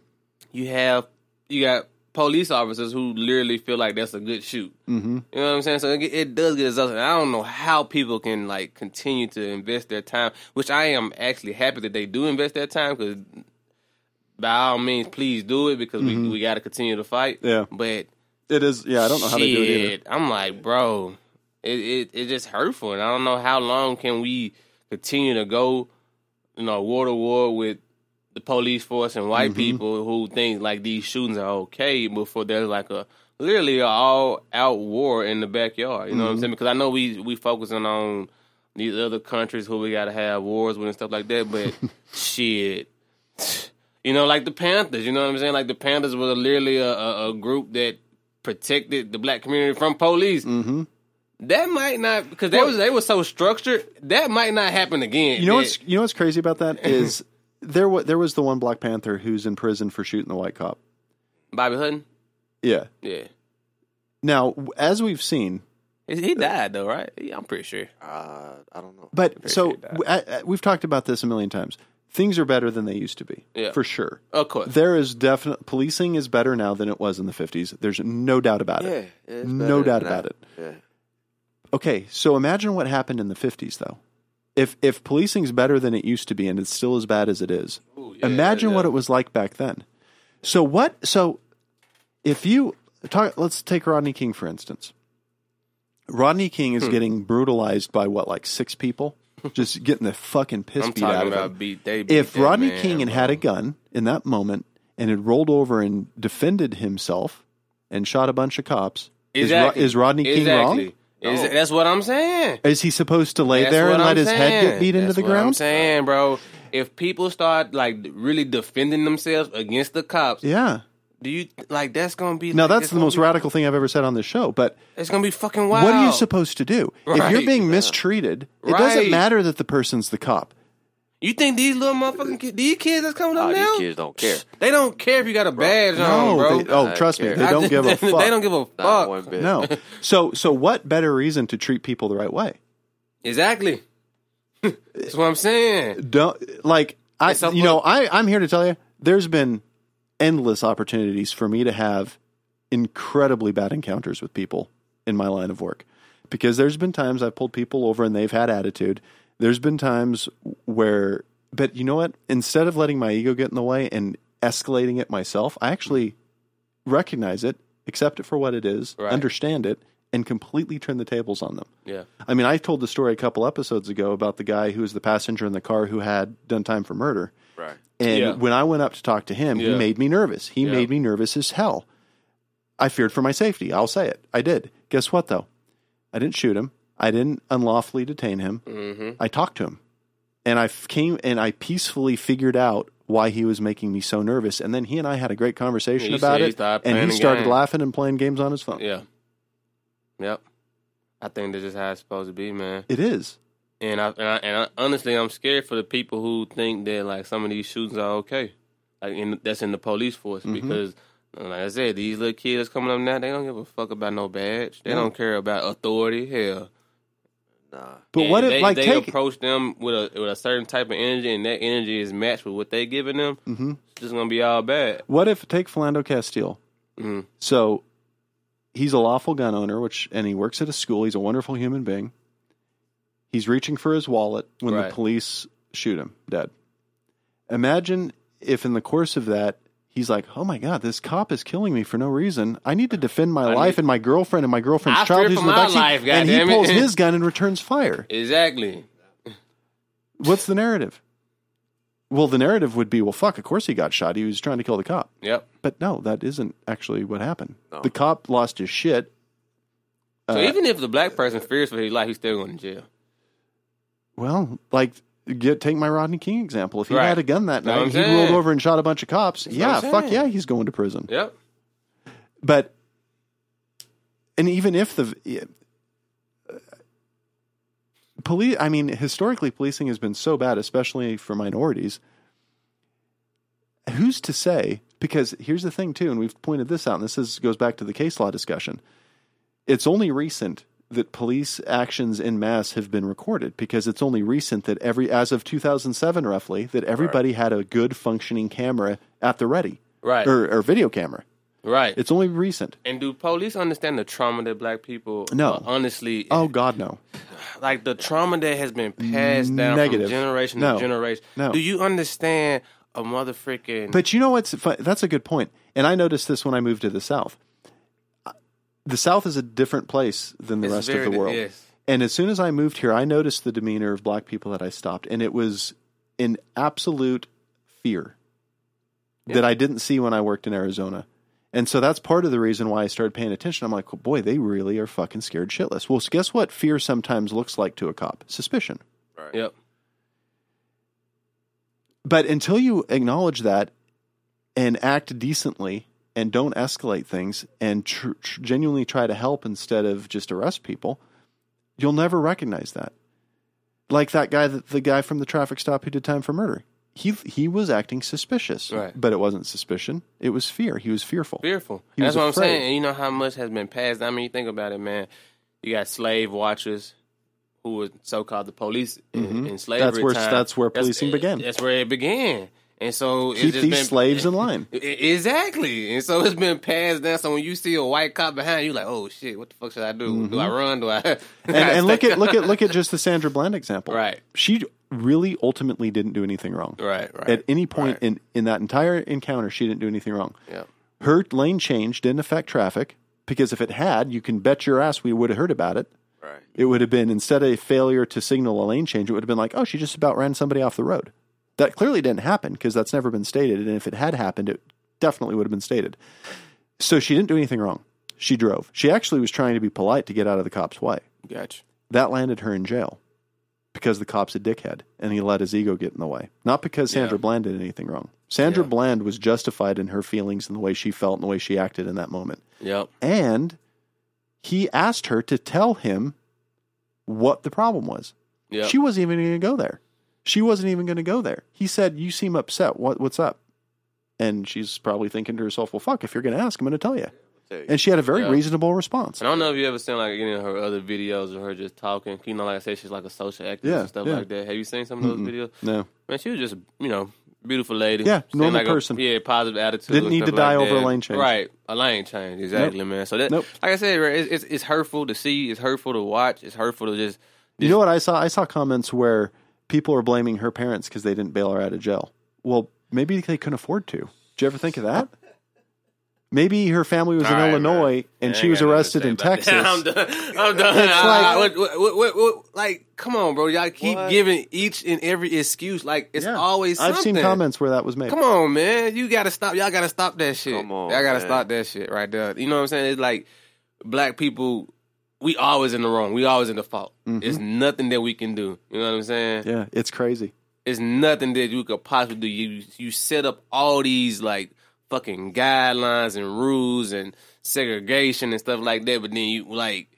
you have you got police officers who literally feel like that's a good shoot. Mm-hmm. You know what I'm saying? So it, get- it does get exhausting. I don't know how people can like continue to invest their time, which I am actually happy that they do invest their time because by all means, please do it because we we got to continue to fight.
Yeah.
but
It is. Yeah, I don't know how they do it either.
Shit, I'm like, bro, it, it it's just hurtful, and I don't know how long can we continue to go, you know, war to war with the police force and
Mm-hmm.
white people who think like these shootings are okay before there's like a literally a all out war in the backyard. You know what
Mm-hmm.
I'm saying? Because I know we we focusing on these other countries who we gotta have wars with and stuff like that, but shit. You know, like the Panthers. You know what I'm saying? Like the Panthers were literally a, a, a group that protected the black community from police. Mm-hmm. That might not because they was they were so structured. That might not happen again.
You know
That-
what's you know what's crazy about that is there was there was the one Black Panther who's in prison for shooting the white cop.
Bobby Hutton?
Yeah.
Yeah,
Now, as we've seen,
he he died though, right? Yeah, I'm pretty sure.
Uh, I don't know.
but so
that.
w- I- I- we've talked about this a million times. Things are better than they used to be,
Yeah.
for sure.
Of course.
There is definite policing is better now than it was in the fifties. There's no doubt about
yeah,
it.
yeah, it's
No
better
doubt
than
about
that.
it.
Yeah.
Okay, so imagine what happened in the fifties, though. If if policing's better than it used to be, and it's still as bad as it is, imagine what it was like back then. So what? So if you talk, let's take Rodney King for instance. Rodney King
Hmm.
is getting brutalized by what, like six people, just getting the fucking piss
I'm
beat out
talking
of him
about beat. They beat
if
that
Rodney
man,
King had
bro.
had a gun in that moment and had rolled over and defended himself and shod a bunch of cops, is Ro-
Exactly.
is, Rodney King
exactly.
wrong?
Is-
No.
That's what I'm saying.
Is he supposed to lay
That's
there
what
and let
I'm
his head
saying.
get beat into
That's
the
what I'm
ground?
saying, bro. If people start like really defending themselves against the cops,
Yeah.
do you like that's gonna be?
Now
like,
that's
it's
the
gonna
most
be-
radical thing I've ever said on this show, but
It's gonna be fucking wild.
what are you supposed to do? If you're
Right.
being mistreated, it doesn't
Right.
matter that the person's the cop.
You think these little motherfucking kids, these kids that's coming up
Oh,
now,
these kids don't care.
they don't care if you got a badge on, bro.
no, they, oh,
I
trust me,
care.
they
I
don't
just-
give a fuck.
They don't give a
Not one
fuck.
bit.
no. So so what better reason to treat people the right way?
Exactly. that's what I'm saying.
don't like I
It's so
you know I I'm here to tell you there's been endless opportunities for me to have incredibly bad encounters with people in my line of work because there's been times I've pulled people over and they've had attitude there's been times where but you know what instead of letting my ego get in the way and escalating it myself I actually recognize it accept it for what it is
Right.
understand it and completely turn the tables on them
Yeah.
I mean, I told the story a couple episodes ago about the guy who was the passenger in the car who had done time for murder.
Right.
And
Yeah.
when I went up to talk to him, he
Yeah.
made me nervous. He
Yeah.
made me nervous as hell. I feared for my safety. I'll say it. I did. Guess what, though? I didn't shoot him. I didn't unlawfully detain him.
Mm-hmm.
I talked to him. And I f- came and I peacefully figured out why he was making me so nervous. And then he and I had a great conversation
He
about
said he
it.
started
and
playing
he
the
started
game.
laughing and playing games on his phone.
Yeah. Yep. I think that's just how it's supposed to be, man.
It is.
And I, and I and I, honestly, I'm scared for the people who think that like some of these shootings are okay, like in, that's in the police force
Mm-hmm.
because. Like I said, these little kids coming up now, they don't give a fuck about no badge. They
No.
don't care about authority. Hell,
Nah.
But
And
what if,
they,
like,
they
take.
approach them with a with a certain type of energy, and that energy is matched with what they giving them?
Mhm.
It's just gonna be all bad.
What if take Philando Castile?
Mhm.
So he's a lawful gun owner, which and he works at a school. He's a wonderful human being. He's reaching for his wallet when
Right.
the police shoot him dead. Imagine if in the course of that he's like, "Oh my god, this cop is killing me for no reason. I need to defend my
I
life
need-
and my girlfriend and my girlfriend's
I
child
fear
who's
for
in the
my
backseat."
life,
and he
goddammit.
pulls his gun and returns fire.
Exactly.
What's the narrative? Well, the narrative would be, "Well, fuck, of course he got shot. He was trying to kill the cop."
Yep.
But no, that isn't actually what happened.
No.
The cop lost his shit.
So
Uh,
even if the black person fears for his life, he's still going to jail.
Well, like get take my Rodney King example. If he
Right.
had a gun that
Know what
night,
I'm
he rolled
saying?
over and shot a bunch of cops.
what
yeah,
I'm
fuck
saying.
yeah, he's going to prison.
Yep.
But and even if the uh, police, I mean, historically, policing has been so bad, especially for minorities. who's to say? Because here's the thing too, and we've pointed this out, and this is, goes back to the case law discussion. It's only recent that police actions in mass have been recorded because it's only recent that every as of 2007 roughly that everybody had a good functioning camera at the ready
Right.
or, or video camera.
Right.
er, It's only recent.
and do police understand the trauma that black people
No.
uh, honestly
Oh God, no.
like the trauma that has been passed down
Negative.
from generation
No.
to generation.
No.
Do you understand a motherfucking
But you know what's fu- that's a good point, and I noticed this when I moved to the South. Uh, The South is a different place than the
It's
rest
very
of the
di-
world.
yes.
And as soon as I moved here, I noticed the demeanor of black people that I stopped, and it was an absolute fear that I didn't see when I worked in Arizona. And so that's part of the reason why I started paying attention. I'm like, boy, they really are fucking scared shitless. Well, guess what fear sometimes looks like to a cop? Suspicion.
Yep.
But until you acknowledge that and act decently and don't escalate things and tr- tr- genuinely try to help instead of just arrest people, you'll never recognize that. Like that guy, that the guy from the traffic stop who did time for murder. He he was acting suspicious,
Right.
but it wasn't suspicion. It was fear. He was fearful.
Fearful.
He
That's
was
what I'm
afraid.
saying. And you know how much has been passed. I mean, you think about it, man. You got slave watchers who were so called the police in, in slavery.
Mm-hmm. That's where-
time.
that's where policing began.
That's where it began. And so it's
Keep
just
these
been-
slaves in line.
I- Exactly. And so it's been passed down. So when you see a white cop behind you, like, oh shit, what the fuck should I do? Do I run? Do I? and,
Mm-hmm. And, and look at look at look at just the Sandra Bland example.
Right.
She really ultimately didn't do anything wrong.
right, right.
At any point in in that entire encounter, she didn't do anything wrong.
yeah.
her lane change didn't affect traffic because if it had, you can bet your ass we would have heard about it.
Right.
It would have been instead of a failure to signal a lane change, it would have been like, oh, she just about ran somebody off the road. That clearly didn't happen because that's never been stated. And if it had happened, it definitely would have been stated. So she didn't do anything wrong. She drove. She actually was trying to be polite to get out of the cop's way.
Gotcha.
That landed her in jail because the cop's a dickhead and he let his ego get in the way. Not because Sandra Bland did anything wrong. Sandra Bland was justified in her feelings and the way she felt and the way she acted in that moment
Yep.
and he asked her to tell him what the problem was.
Yep.
She wasn't even going to go there. She wasn't even going to go there. He said, "You seem upset. What what's up?" And she's probably thinking to herself, "Well, fuck, if you're going to ask, I'm going to tell you."
Tell you.
And she had a very
Yeah.
reasonable response.
I don't know if you ever seen like any of her other videos of her just talking. You know, like I said, she's like a social activist
Yeah,
and stuff
yeah.
like that. Have you seen some of those videos?
No.
Man, she was just you know beautiful lady.
Yeah,
Seemed
normal
like
person.
A, yeah, positive attitude.
Didn't
and
need
stuff
to die
like
over a
that.
lane change.
Right, a lane change exactly, man. So that,
Nope.
like I said, right, it's, it's it's hurtful to see. It's hurtful to watch. It's hurtful to just.
You know what I saw? I saw comments where people were blaming her parents because they didn't bail her out of jail. Well, maybe they couldn't afford to. Did you ever think of that? Maybe her family was in
All right,
Illinois
man.
and
I
she
ain't
was
got nothing to
arrested
say
in
about that.
Texas.
I'm done. I'm done.
It's
I- I-
like-
what- what- what- what- like, come on, bro. Y'all keep
What?
giving each and every excuse. Like it's
Yeah.
always.
I've seen
something.
comments where that was made.
Come on, man. You gotta stop. Y'all gotta stop that shit.
Come on,
Y'all gotta
man.
stop that shit right there. You know what I'm saying? It's like black people. We always in the wrong. We always in the fault. It's
Mm-hmm.
nothing that we can do. You know what I'm saying?
Yeah, it's crazy.
It's nothing that you could possibly do. You you set up all these like fucking guidelines and rules and segregation and stuff like that, but then you like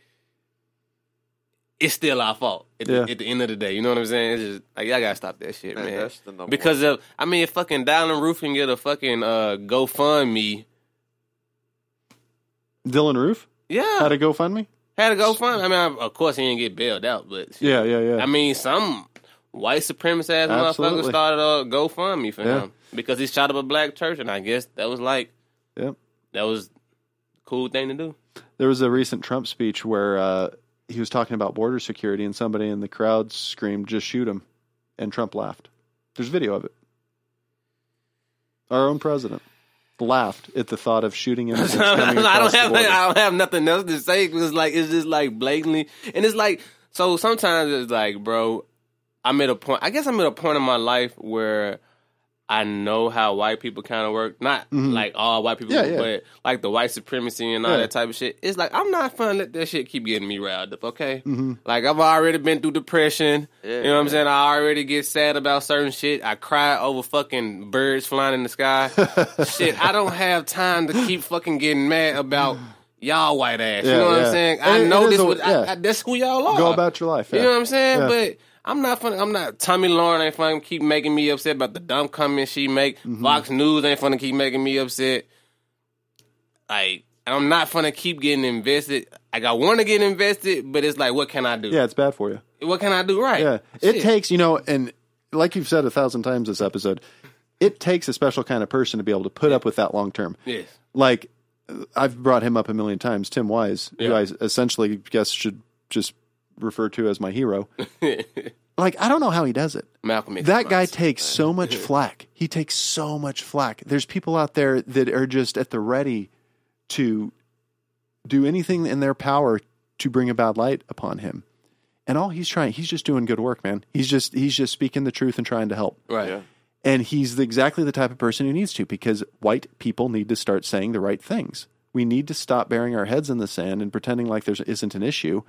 it's still our fault at,
Yeah.
the, at the end of the day. You know what I'm saying? It's just like y'all gotta stop that shit, man.
Man, that's the number
because of I mean, if fucking Dylan Roof can get a fucking uh, GoFundMe,
Dylan Roof
yeah,
had a GoFundMe.
had a GoFundMe. I mean, of course he didn't get bailed out, but
Yeah, yeah, yeah.
I mean, some white supremacist ass motherfucker
Absolutely.
started a GoFundMe for
Yeah.
him because he shot up a black church, and I guess that was like
Yep.
that was cool thing to do.
There was a recent Trump speech where uh, he was talking about border security, and somebody in the crowd screamed, "Just shoot him," and Trump laughed. There's video of it. Our own president laughed at the thought of shooting him.
I don't have I don't have nothing else to say because like it's just like blatantly, and it's like so sometimes it's like, bro, I'm at a point. I guess I'm at a point in my life where. I know how white people kind of work. Not like all white people,
Mm-hmm. Yeah, yeah.
but like the white supremacy and all
Yeah.
that type of shit. It's like I'm not fun. Let that shit keep getting me riled up. Okay,
Mm-hmm.
like I've already been through depression.
Yeah.
you know what I'm saying? I already get sad about certain shit. I cry over fucking birds flying in the sky. shit, I don't have time to keep fucking getting mad about y'all white ass.
Yeah,
you know what
yeah.
I'm saying?
And
I
it-
know
it is
this.
a-
what, I-
yeah.
I, that's who y'all are.
Go about your life.
You
yeah.
know what I'm saying?
Yeah.
But I'm not funny. I'm not Tommy Lauren ain't funny. Keep making me upset about the dumb comments she make.
Mm-hmm.
Fox News ain't funny. Keep making me upset. Like and I'm not funny. Keep getting invested. Like I want to get invested, but it's like, what can I do?
Yeah, it's bad for you.
What can I do? Right?
Yeah. It
Shit.
takes, you know, and like you've said a thousand times this episode, it takes a special kind of person to be able to put up with that long term.
Yes.
Like I've brought him up a million times, Tim Wise, who
Yeah.
I essentially guess should just refer to as my hero. like I don't know how he does it.
Malcolm. X
That guy
X.
takes so much flack. He takes so much flack. There's people out there that are just at the ready to do anything in their power to bring a bad light upon him. And all he's trying, he's just doing good work, man. He's just he's just speaking the truth and trying to help.
Right.
Yeah.
And he's the, exactly the type of person who needs to because white people need to start saying the right things. We need to stop burying our heads in the sand and pretending like there isn't an issue.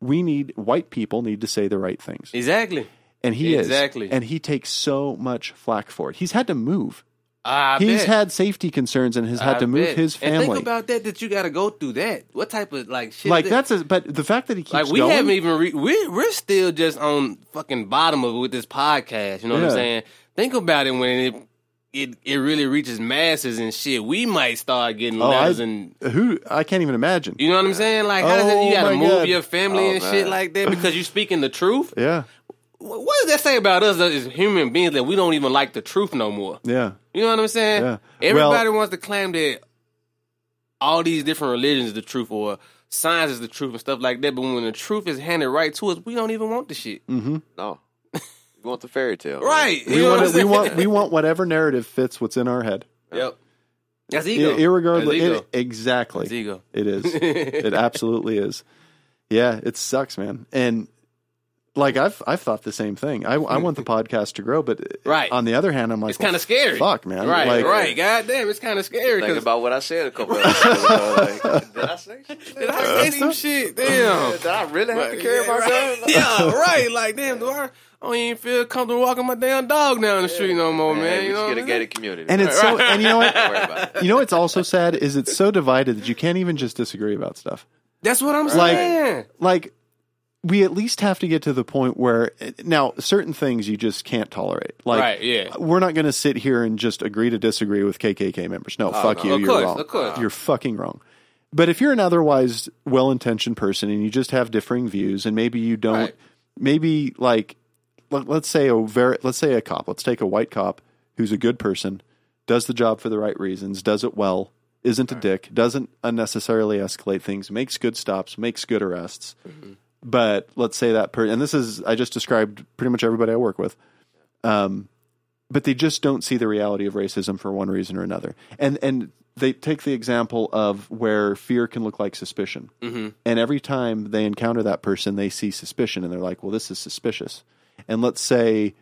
We need white people need to say the right things
Exactly.
and he
Exactly.
is and he takes so much flack for it. He's had to move.
I
He's
bet.
had safety concerns and has had
I
to move
bet.
his
And
family.
think about that. That you got to go through that. What type of like shit?
like
is that?
that's a, but the fact that he keeps
like we
going,
haven't even re- we're we're still just on fucking bottom of it with this podcast. You know what
Yeah.
I'm saying? Think about it when it it it really reaches masses and shit. We might start getting
oh, I,
letters and.
who I can't even imagine.
You know what I'm saying? Like, how does it,
Oh,
you
my
gotta move
God.
your family
Oh,
and
man.
shit like that because you speaking the truth?
yeah,
Wh- What does that say about us as human beings that we don't even like the truth no more?
yeah,
You know what I'm saying?
Yeah.
Everybody
Well-
wants to claim that all these different religions is the truth or science is the truth and stuff like that. But when the truth is handed right to us, we don't even want the shit.
No. You want the fairy tale. man.
Right.
Mm. we want we want we want whatever narrative fits what's in our head,
Yep. That's
I-
ego.
irregardless.
That's ego.
It, exactly,
That's ego.
it is. it absolutely is. Yeah, it sucks, man. And like I've I've thought the same thing. I I want the podcast to grow, but
Right.
on the other hand, I'm like
It's kind
well,
of scary.
Fuck, man.
Right,
Like,
right. God damn, it's kind of scary.
Think
'cause-
about what I said a couple of episodes ago. Like, did I say something?
Did I say some shit? Damn.
Did I really have to care
yeah,
about
right.
that?
yeah, right. Like, damn, do I, I don't even feel comfortable walking my damn dog down the street no more, man.
we
you know
just
what
get a
I'm saying?
gated community.
And it's so and you know what?
Don't worry about it.
you know what's also sad is it's so divided that you can't even just disagree about stuff.
That's what I'm
Like-
saying.
Like we at least have to get to the point where now certain things you just can't tolerate. Like
Right, yeah.
we're not going to sit here and just agree to disagree with KKK members. No, fuck you.
Of
you're
course,
wrong.
of course.
You're fucking wrong. But if you're an otherwise well-intentioned person and you just have differing views and maybe you don't
Right.
maybe like let, let's say a very let's say a cop let's take a white cop who's a good person does the job for the right reasons does it well isn't a dick doesn't unnecessarily escalate things makes good stops makes good arrests
Mm-hmm.
but let's say that person and this is i just described pretty much everybody i work with um, but they just don't see the reality of racism for one reason or another and and they take the example of where fear can look like suspicion and every time they encounter that person, they see suspicion and they're like, well, this is suspicious. And let's say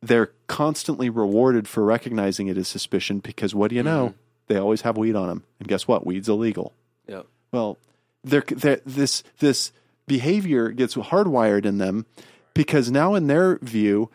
they're constantly rewarded for recognizing it as suspicion because what do you know? They always have weed on them. And guess what? Weed's illegal.
Yep.
Well, they're, they're, this, this behavior gets hardwired in them because now, in their view,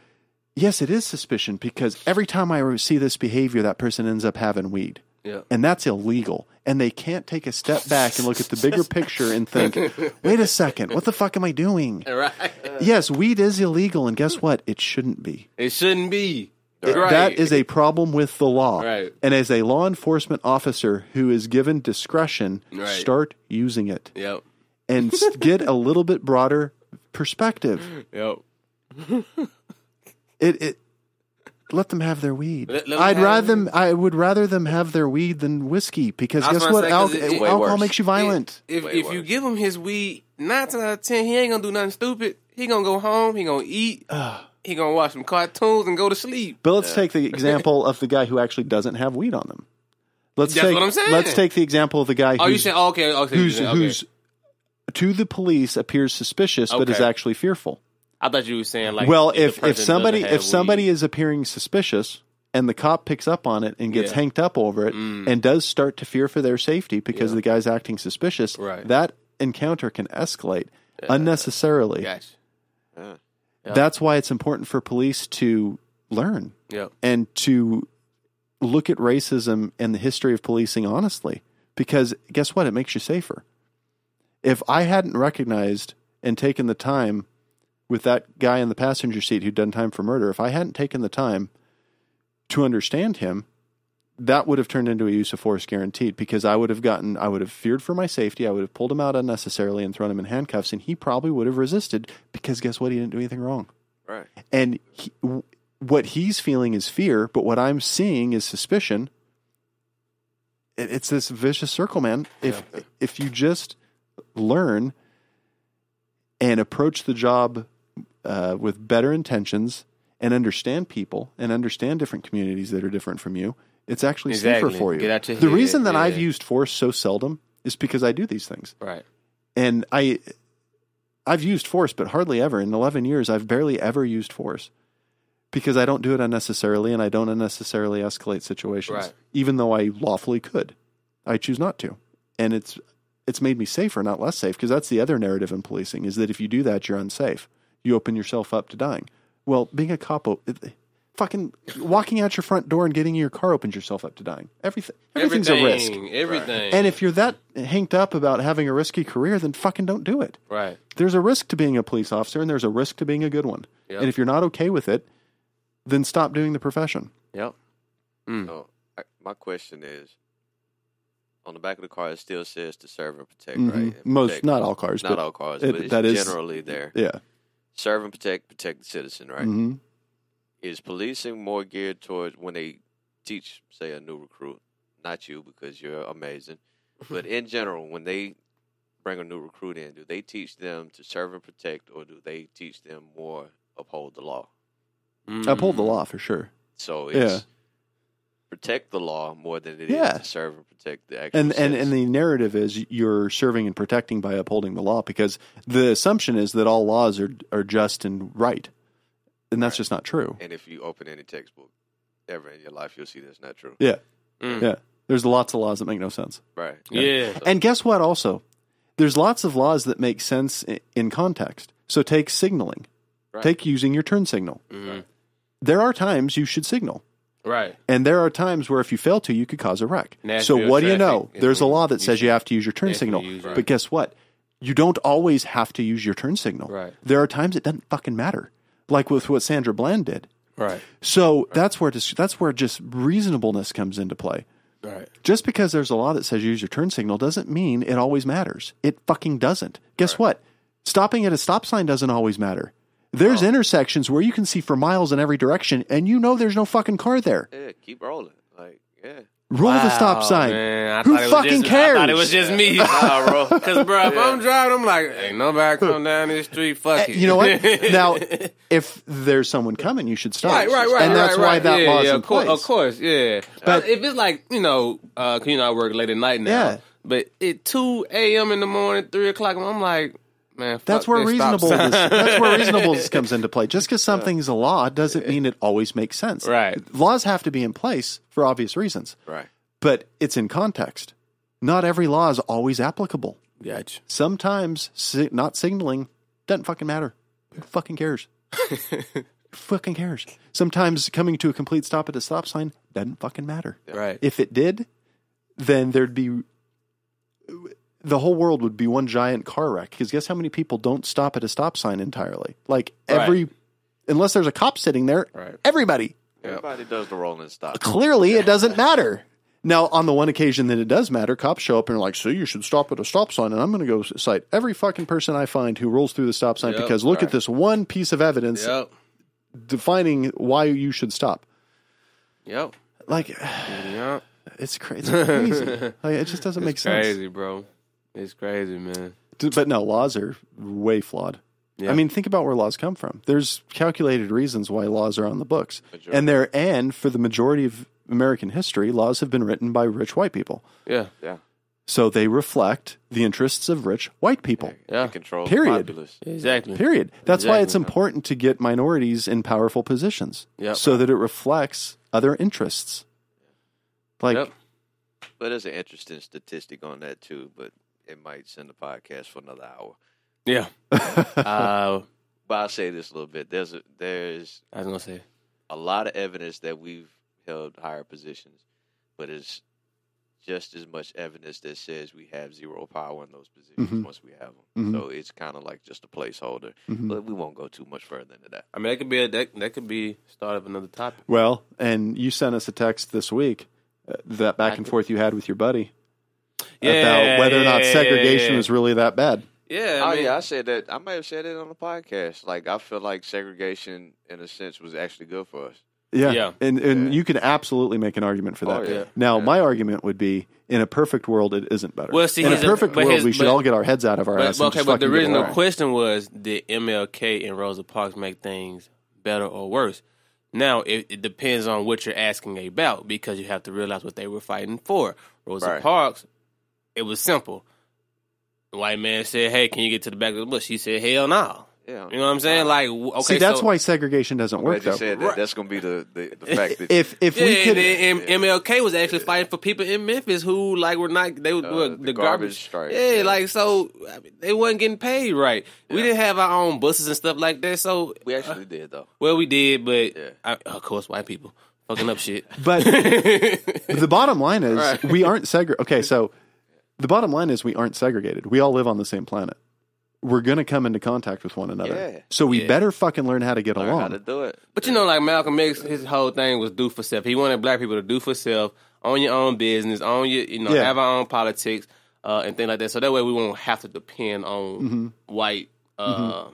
yes, it is suspicion because every time I see this behavior, that person ends up having weed
Yeah.
and that's illegal. And they can't take a step back and look at the bigger picture and think, wait a second, what the fuck am I doing?
Right.
Yes, weed is illegal, and guess what? It shouldn't be.
It shouldn't be.
It-
right.
That is a problem with the law.
Right.
And as a law enforcement officer who is given discretion,
Right.
start using it
Yep.
and s- get a little bit broader perspective.
Yep.
It, it let them have their weed.
Let- let 'em
I'd
have
rather
their
them. I would rather them have their weed than whiskey because
I was
guess
gonna
what?
say, 'cause
Alco-
it- it's
way
alcohol
worse.
makes you violent.
If
Way
if you
worse.
give him his weed, nine times out of ten, he ain't gonna do nothing stupid. He gonna go home. He gonna eat. he gonna watch some cartoons and go to sleep.
But let's take the example of the guy who actually doesn't have weed on them. Let's
That's
take
what I'm saying.
let's take the example of the guy
Oh, you
who's,
saying oh, okay? Okay. you
who's,
saying, okay.
who's to the police appears suspicious but is
Okay.
actually fearful.
I thought you were saying like.
well,
the
if if
person
somebody
doesn't have
if somebody
weed.
is appearing suspicious and the cop picks up on it and gets
Yeah. Mm.
hanked up over it and does start to fear for their safety because the guy's acting suspicious,
Right.
that encounter can escalate unnecessarily.
Gotcha.
That's why it's important for police to learn
Yep.
and to look at racism and the history of policing honestly. Because guess what? It makes you safer. If I hadn't recognized and taken the time with that guy in the passenger seat who'd done time for murder, if I hadn't taken the time to understand him, that would have turned into a use of force guaranteed because I would have gotten, I would have feared for my safety. I would have pulled him out unnecessarily and thrown him in handcuffs, and he probably would have resisted because guess what? He didn't do anything wrong.
Right.
And he, w- what he's feeling is fear, but what I'm seeing is suspicion. It, it's this vicious circle, man. If if you just learn and approach the job uh, with better intentions and understand people and understand different communities that are different from you, it's actually
Exactly.
safer for you.
Get out your
the
head.
reason that
Yeah.
I've used force so seldom is because I do these things
Right.
and I I've used force, but hardly ever in 11 years I've barely ever used force because I don't do it unnecessarily and I don't unnecessarily escalate situations,
Right.
even though I lawfully could. I choose not to, and it's it's made me safer, not less safe, because that's the other narrative in policing is that if you do that, you're unsafe. You open yourself up to dying. Well, being a cop, o- it- fucking walking out your front door and getting in your car opens yourself up to dying. Everything, everything's
everything,
a risk.
Everything.
And if you're that hanked up about having a risky career, then fucking don't do it.
right.
There's a risk to being a police officer and there's a risk to being a good one.
Yep.
And if you're not okay with it, then stop doing the profession.
Yep.
Mm.
So I, my question is, on the back of the car, it still says to serve and protect,
Mhm.
right? And
Most,
protect-
not all cars,
not
but
all cars,
it-
but it's
that is-
generally there.
yeah.
Serve and protect, protect the citizen, right? Mm-hmm.
Mhm.
Is policing more geared towards when they teach, say, a new recruit? Not you, because you're amazing. But in general, when they bring a new recruit in, do they teach them to serve and protect, or do they teach them more uphold the law?
Mm.
Uphold the law for sure.
So it's
Yeah.
protect the law more than it is
Yeah.
to serve and protect the actual
And, and and
citizen.
the narrative is you're serving and protecting by upholding the law because the assumption is that all laws are are just and right. And that's
Right.
just not true.
And if you open any textbook ever in your life, you'll see that's not true.
Yeah.
Mm.
Yeah. There's lots of laws that make no sense.
Right.
Yeah.
And guess what? Also, there's lots of laws that make sense i- in context. So take signaling,
Right.
take using your turn signal.
Mhm.
There are times you should signal,
Right.
and there are times where if you fail to, you could cause a wreck.
Nashville
so what do you
traffic
know?
is
There's a
when
law that
you
says you have to use your turn
definitely
signal,
use it.
but guess what? You don't always have to use your turn signal.
Right.
There are times it doesn't fucking matter, like with what Sandra Bland did.
Right.
So that's where dis- that's where just reasonableness comes into play.
Right.
Just because there's a law that says use your turn signal doesn't mean it always matters. It fucking doesn't. Guess what? Stopping at a stop sign doesn't always matter. There's intersections where you can see for miles in every direction and you know there's no fucking car there.
Yeah, keep rolling. Like, yeah.
Roll the stop
Wow,
sign.
Oh, man. I thought
Who
it was
fucking
just-
cares?
I thought it was just me. Nah, bro. Because, bro, if I'm driving, I'm like, ain't nobody come down this street. Fuck it.
Eh, You know what? now, if there's someone coming, you should stop.
Right, right, right.
And that's
right,
why
right.
that
yeah,
law's
yeah,
in
of course,
place.
Of course, yeah.
But-
But if it's like you know, uh, 'cause, you know, I work late at night now.
Yeah.
But at two a.m. in the morning, three o'clock, I'm like, man, fuck
That's where
this stop
reasonable.
sign.
that's where reasonableness comes into play. Just because something's a law doesn't mean it always makes sense.
Right.
Laws have to be in place for obvious reasons.
Right.
but it's in context. Not every law is always applicable.
Gotcha.
Sometimes si- not signaling doesn't fucking matter. Who fucking cares? Who fucking cares? Sometimes coming to a complete stop at a stop sign doesn't fucking matter.
Right.
If it did, then there'd be the whole world would be one giant car wreck. Because guess how many people don't stop at a stop sign entirely? Like every, unless there's a cop sitting there,
Right.
everybody
Everybody does the rolling stop.
clearly it doesn't matter. Now, on the one occasion that it does matter, cops show up and are like, "So you should stop at a stop sign," and I'm going to go cite every fucking person I find who rolls through the stop sign
Yep,
because look at
right.
this one piece of evidence
Yep.
defining why you should stop.
Yep.
Like,
Yep.
it's crazy. It's crazy. like, it just doesn't make sense.
Crazy, bro. It's crazy, man.
D- But no, laws are way flawed.
Yeah.
I mean, think about where laws come from. There's calculated reasons why laws are on the books,
Majority.
and there and for the majority of American history, laws have been written by rich white people.
Yeah.
Yeah.
So they reflect the interests of rich white people.
Yeah.
It controls
Period.
populace.
Exactly.
Period. That's why it's
Exactly.
important to get minorities in powerful positions
Yep.
so that it reflects other interests. Like,
Yep.
But there's an interesting statistic on that too, but it might send the podcast for another hour.
Yeah. uh,
But I'll say this a little bit. There's a, there's
I was gonna say.
a lot of evidence that we've held higher positions, but it's just as much evidence that says we have zero power in those positions
Mhm.
once we have them.
Mhm.
So it's kind of like just a placeholder,
Mhm.
but we won't go too much further into that.
I mean, that could be a that, that could be start of another topic.
Well, and you sent us a text this week uh, that back and forth you had with your buddy about whether or not
yeah,
segregation
yeah,
was really that bad.
Yeah,
Oh
I mean,
yeah, I said that. I may have said it on the podcast. Like I feel like segregation, in a sense, was actually good for us.
Yeah.
Yeah.
And and
Yeah.
you can absolutely make an argument for that.
Oh, yeah.
Now,
Yeah.
my argument would be in a perfect world it isn't better.
Well, see,
in a
here's a-
perfect
but
world
here's-
we should
but-
all get our heads out of our
But,
ass
but
and
okay,
just
but the
fucking get
original
along.
question was: Did MLK and Rosa Parks make things better or worse? Now it, it depends on what you're asking about because you have to realize what they were fighting for. Rosa
Right.
Parks, it was simple. The white man said, "Hey, can you get to the back of the bush?" She said, "Hell no."
Yeah,
You know what I'm saying? Like, w- okay,
see, that's
so,
why segregation doesn't
Glad
work
you
though.
said
Right.
that. That's gonna be the the, the fact that
If if
Yeah,
we could
and, and- and MLK was actually fighting for people in Memphis who like were not they were,
Uh,
were
the
the
garbage
garbage.
strike.
Yeah,
Yeah.
like so I mean, they wasn't getting paid right. We
Yeah.
didn't have our own buses and stuff like that. So
we actually did though.
well, we did, but
Yeah.
I, of course, white people fucking up shit.
but the bottom line is
Right.
we aren't segre okay, so the bottom line is we aren't segregated. We all live on the same planet. We're gonna come into contact with one another.
Yeah.
So we
Yeah.
better fucking learn how to get
Learn
along.
how to do it.
But you know, like Malcolm X, his whole thing was do for self. He wanted black people to do for self, own your own business, own your, you know,
Yeah.
have our own politics uh, and things like that. So that way we won't have to depend on white uh,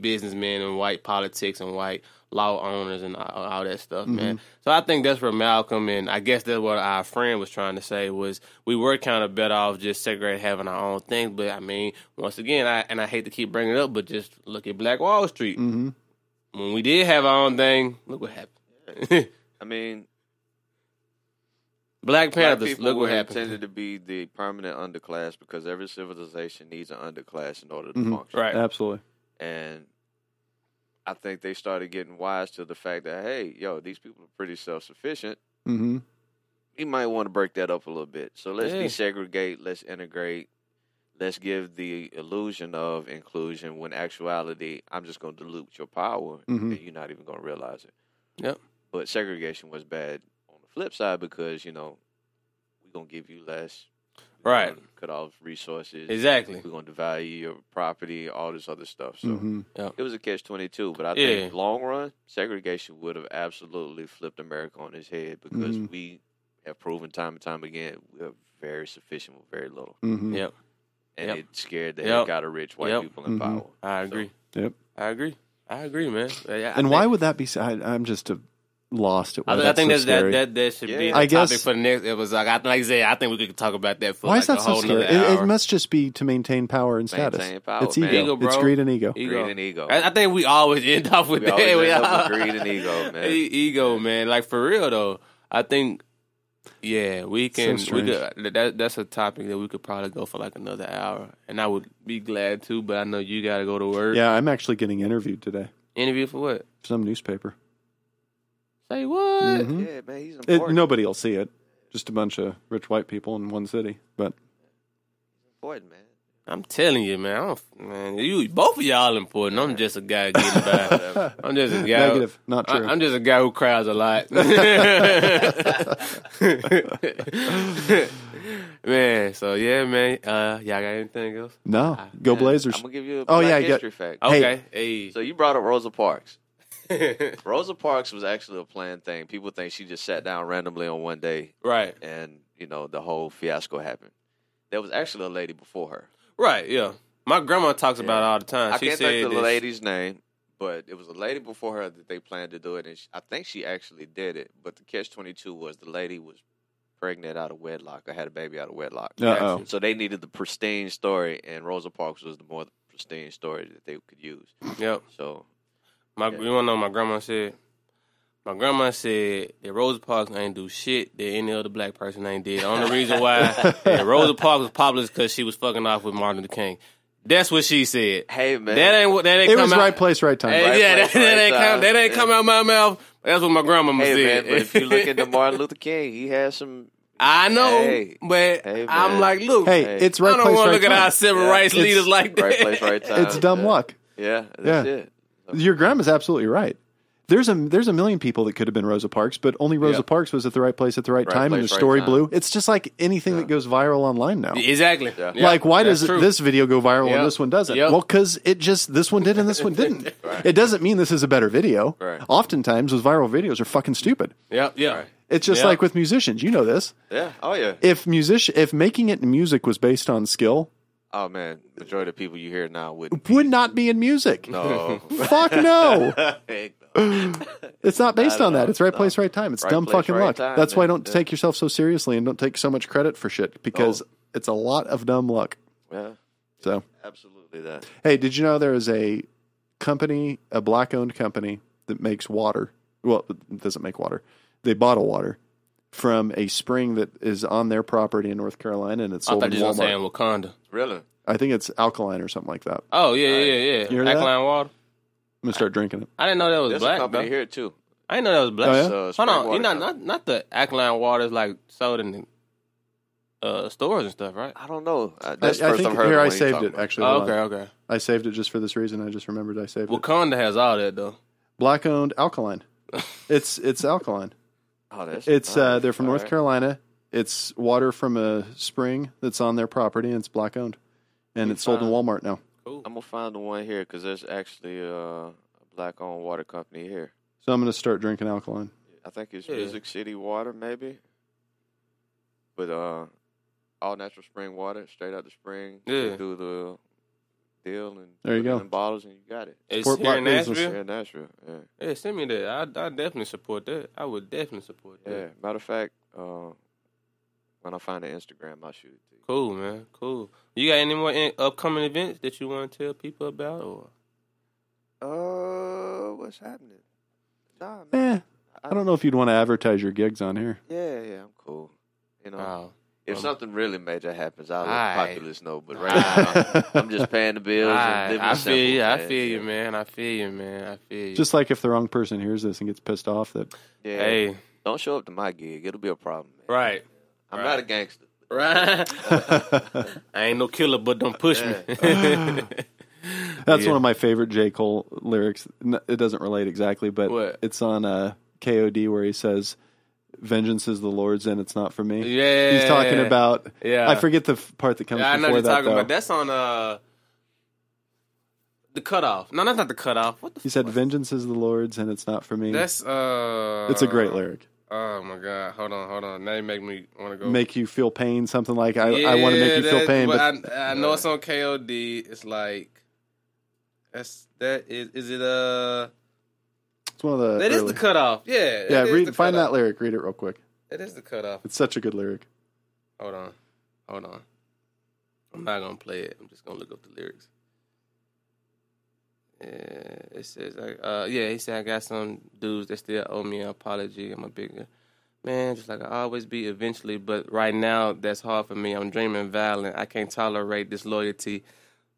businessmen and white politics and white law owners and all, all that stuff, man. So I think that's where Malcolm and I guess that's what our friend was trying to say was we were kind of better off just segregated having our own thing. But I mean, once again, I and I hate to keep bringing it up, but just look at Black Wall Street
hmm
when we did have our own thing, look what happened.
I mean,
Black
black
Panthers,
people
look
were
what happened.
intended to be the permanent underclass because every civilization needs an underclass in order to
Mhm.
function.
Absolutely.
and I think they started getting wise to the fact that hey, yo, these people are pretty self sufficient.
hmm
We might want to break that up a little bit. So let's
Yeah.
desegregate, let's integrate, let's give the illusion of inclusion when actuality I'm just gonna dilute your power
Mhm.
and you're not even gonna realize it.
Mm-hmm. Yep.
But segregation was bad on the flip side because, you know, we're gonna give you less we're
Right.
gonna cut off resources.
Exactly. Mm-hmm.
We're gonna devalue your property, all this other stuff. So
hmm
it was a catch twenty two, but I think
Yeah.
long run segregation would have absolutely flipped America on its head because
Mhm.
we have proven time and time again we are very sufficient with very little,
hmm
Yep,
and
Yep.
it scared the
Yep.
heck out of rich white
Yep.
people in
Mhm.
power.
I
So,
agree.
Yep.
I agree. I agree, man. Yeah, I
And why
think-
would that be? s- I, am just uh lost at why
I, th- I think
so
that's, that
scary.
that that should be
Yeah.
the
I
topic
guess-
for the next episode. Like I, like I said, I think we could talk about that for
Why
like
is that
a
so
whole
scary?
nother
It,
hour.
it must just be to maintain power and status.
Maintain power,
it's
man.
ego.
Ego, bro.
It's greed and ego.
Ego.
Greed and ego.
I, I think we always end off with
We
that.
always end
We
up with
all-
greed and ego, man.
E- ego, man. Like for real though, I think. Yeah, we
So
can. we
strange.
could. uh, That that's a topic that we could probably go for like another hour, and I would be glad to. But I know you got to go to work.
Yeah, I'm actually getting interviewed today.
Interview for what?
for Some newspaper.
Say what?
Mhm.
Yeah, man, he's important.
It, nobody will see it. Just a bunch of rich white people in one city. But
important, man.
I'm telling you, man. I don't, man, you both of y'all important. I'm just a guy getting by. I'm just a guy.
negative, not
I,
true.
I'm just a guy who cries a lot. man, so yeah, man. Uh, y'all got anything else?
no, go Blazers.
Ah, I'm gonna give you a
Oh,
black
yeah, I get-
history fact.
Hey.
Okay. Hey.
So you brought up Rosa Parks. Rosa Parks was actually a planned thing. People think she just sat down randomly on one day
right.
and you know the whole fiasco happened. There was actually a lady before her.
Right. Yeah. My grandma talks about it
Yeah.
all the time.
I
she
can't
said
think of the
that
lady's name, but it was a lady before her that they planned to do it, and she, I think she actually did it. But the catch twenty two was the lady was pregnant out of wedlock or had a baby out of wedlock.
Uh oh.
So they needed the pristine story, and Rosa Parks was the more pristine story that they could use.
Yep.
So
My
Yeah.
you wanna know what my grandma said? My grandma said that Rosa Parks ain't do shit that any other black person ain't did. The only reason why that Rosa Parks was popular is because she was fucking off with Martin Luther King. That's what she said.
hey man,
That ain't what that ain't
It
come
was
out.
right place, right time.
Hey,
Right
yeah,
place,
that, that
right
ain't come.
time.
That ain't
Yeah.
come out my mouth. That's what my grandma
hey man.
said.
But if you look at the Martin Luther King, he had some.
I know,
Hey.
but
Hey,
I'm
man.
like, look,
Hey,
Hey,
it's
I
right
don't
place,
want to
right
look
time.
at our civil
Yeah.
rights
It's
leaders like that.
Right place, right time.
it's dumb
uh, Yeah.
luck.
Yeah, that's
Yeah.
it.
Your grandma's absolutely right. There's a there's a million people that could have been Rosa Parks, but only Rosa
Yeah.
Parks was at the right place at the right,
Right
time, and
place,
the
right
story
time.
blew. It's just like anything
Yeah.
that goes viral online now.
Exactly.
Yeah.
Yeah,
like, why
that's
does
true.
this video go viral
Yep.
and this one doesn't?
Yep.
Well, because it just this one did and this one didn't. It doesn't mean this is a better video.
Right.
Oftentimes, those viral videos are fucking stupid.
Yeah, yeah.
It's just
Yeah.
like with musicians. You know this.
Yeah. Oh yeah.
If musician, if making it in music was based on skill,
Oh man. Majority of people you hear now wouldn't.
would not be in music.
No.
Fuck no.
Heck no.
It's not based
I
on that.
know.
It's right
No.
place, right time. It's
Right
dumb
place,
fucking
right
luck.
time,
That's why
man.
don't
Yeah.
take yourself so seriously and don't take so much credit for shit because
Oh.
it's a lot of dumb luck.
yeah.
So,
Absolutely that.
hey, did you know there is a company, a black owned company that makes water? Well, it doesn't make water. They bottle water from a spring that is on their property in North Carolina and it's
I
sold in
thought you were
Walmart.
saying Wakanda.
Really.
I think it's alkaline or something like that.
Oh yeah, yeah, yeah,
You heard
yeah.
that?
Alkaline water.
I'm going to start drinking it.
I didn't know that was
There's a
black. Bro.
company here too.
I didn't know that was black.
Oh, yeah?
It's, uh,
Hold
spring
on, you
water
not
company.
not not the alkaline waters like sold in the uh, stores and stuff, right?
I don't know. Uh,
I, I
that's the first
think
I've heard
here
of
I
one you
saved
talking
it
about.
actually.
Oh,
Hold
okay,
on.
okay.
I saved it just for this reason. I just remembered I saved it.
Wakanda has all that though.
black owned alkaline. It's it's alkaline.
Oh, that's
It's uh,
nice.
they're from
All
North
right.
Carolina. It's water from a spring that's on their property and it's black owned, and it's sold in Walmart now.
I'm gonna find the one here because there's actually uh, a black-owned water company here.
So I'm gonna start drinking alkaline.
I think it's
Yeah.
Music City Water, maybe. But uh, all natural spring water, straight out the spring. They
Yeah.
Do the deal and
There you
put it
go.
In bottles and you got it.
It's
Support
here in
black business.
Nashville.
Yeah, Nashville. Yeah.
Yeah, send me that. I I definitely support that. I would definitely support that.
yeah. Matter of fact, uh, when I find the Instagram, I'll shoot it to you.
Cool, man. Cool. You got any more in- upcoming events that you want to tell people about? Or
Uh, what's happening? Nah, man.
Eh, I don't know if you'd want to advertise your gigs on here.
Yeah, yeah, I'm cool. You know,
oh,
if
um,
something really major happens, I'll let
Aight.
the populace know. But right now, I'm just paying the bills. and
I,
living
I
simple,
feel you. I
man.
feel you,
Yeah.
man. I feel you, man. I feel you.
Just like if the wrong person hears this and gets pissed off, that
Yeah.
hey,
Don't show up to my gig. It'll be a problem. Man.
right,
I'm
right.
not a gangster.
right. I ain't no killer, but don't push me.
that's
Yeah.
one of my favorite J Cole lyrics. N- It doesn't relate exactly, but
What?
it's on uh, KOD where he says, "Vengeance is the Lord's, and it's not for me."
Yeah.
he's talking about.
Yeah.
I forget the f- part that comes
Yeah, I know
before
what you're
that.
talking
though.
about. That's on uh the cutoff. No, that's not the cutoff. What the?
He
f-
said, "Vengeance is the Lord's, and it's not for me."
That's uh.
it's a great lyric.
Oh my god! Hold on, hold on. Now you make me want to go.
Make you feel pain, something like I, I want to make
Yeah,
you feel
that-
pain, but
I, I know it's on KOD. It's like that's that is is it uh
it's one of the.
that is
early-
the cutoff. Yeah,
yeah,
that is the
read, find
cutoff.
that lyric. Read it real quick.
That is the cutoff.
It's such a good lyric.
Hold on, hold on. I'm not gonna play it. I'm just gonna look up the lyrics. Yeah, it says like uh yeah. He said I got some dudes that still owe me an apology. I'm a big man, just like I always be eventually. But right now, that's hard for me. I'm dreaming violent. I can't tolerate disloyalty.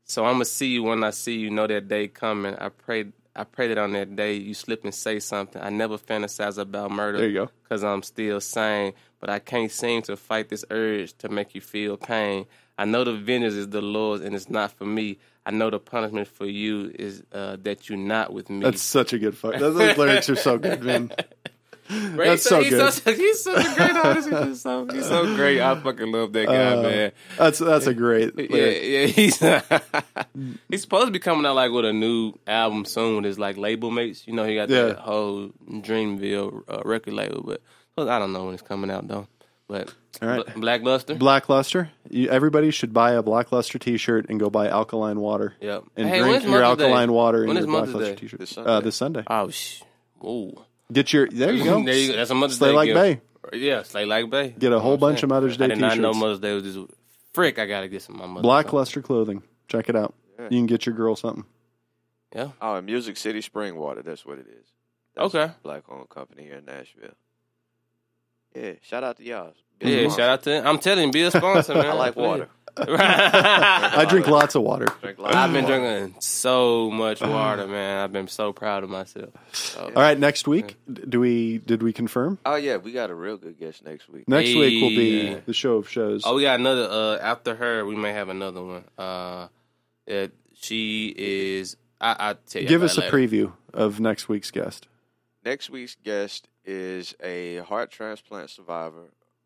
So I'm gonna see you when I see you. Know that day coming. I pray. I pray that on that day you slip and say something. I never fantasize about murder.
There you go.
Cause I'm still sane, but I can't seem to fight this urge to make you feel pain. I know the vengeance is the Lord's, and it's not for me. I know the punishment for you is uh, that you're not with me.
That's such a good fuck. Those, those lyrics are so good, man.
Right? He's
That's so
he's
good.
Such, he's such a great artist. He's, just so, he's so great. I fucking love that guy,
Uh,
man.
That's that's a great.
Yeah,
Lyric.
yeah. He's he's supposed to be coming out like with a new album soon with his like label mates. You know, he got
Yeah.
that whole Dreamville uh, record label, but well, I don't know when it's coming out though. But
All right.
Bla- Black Luster.
Blackluster. You, everybody should buy a Blackluster T-shirt and go buy alkaline water.
Yep.
And
Hey,
drink
when's
your
Mother's Day?
alkaline water and
When
your
is Mother's Day?
Blackluster T-shirt
This
Uh,
Sunday.
this Sunday.
oh sh. Ooh.
Get your there you go.
there you go. That's a Mother's
Slay
Day.
like
gift.
Bay.
Yeah, Slay Like Bay.
Get a
You know
whole
what I'm
bunch of
saying?
Mother's Day
I did not know
t-shirts.
Mother's Day was this frick. I gotta get some of my mother.
Blackluster clothing. Check it out.
Yeah.
You can get your girl something.
Yeah.
Oh, and Music City Spring Water. That's what it is. That's
Okay.
a Black-owned company here in Nashville. Yeah. Shout out to y'all. Big
Yeah,
Mm-hmm.
sponsor.
shout out to I'm telling you, be a sponsor, man.
I like water.
I've
I drink lots of water. Mm.
Drink lots of
been
water.
drinking so much water, man. I've been so proud of myself. So,
All right, next week d- do we did we confirm?
Oh yeah, we got a real good guest next week.
Next week will be
Yeah.
the show of shows.
Oh, we got another. Uh, after her, we may have another one. Uh, it, she is. I, I tell you.
Give
about
us
it
a
later.
preview of next week's guest.
Next week's guest is a heart transplant survivor.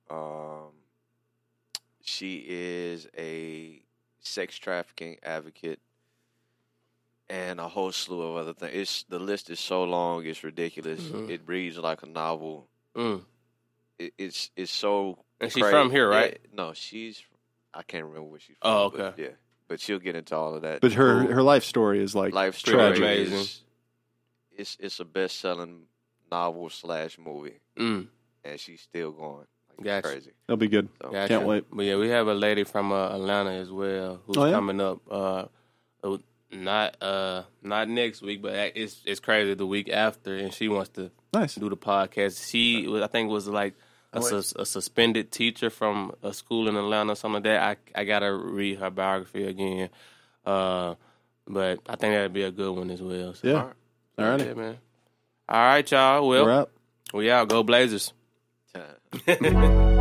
Um, she is a sex trafficking advocate and a whole slew of other things. It's the list is so long, it's ridiculous.
Mhm.
It reads like a novel.
Mm.
It, it's it's so.
And she's
cra-
from here, right?
Yeah, no, she's. I can't remember where she's from.
Oh,
but
okay.
yeah, but she'll get into all of that.
But her
Ooh.
her life story is like
Life
pretty
Story
amazing.
is it's it's a best selling novel slash movie,
Mm.
and she's still going. Like, it's
Gotcha.
crazy.
that'll be good.
So,
Gotcha.
Can't wait.
But yeah, we have a lady from uh, Atlanta as well who's
Oh, yeah?
coming up. Uh, uh, not uh, not next week, but uh, it's it's crazy the week after, and she wants to
Nice.
do the podcast. She, was- I think, was like a, sus- a suspended teacher from a school in Atlanta, or something like that. I I gotta read her biography again, uh, but I think that'd be a good one as well. So,
Yeah. All right.
yeah, man. All right, y'all. Well,
We're out.
we out. Go Blazers.
time.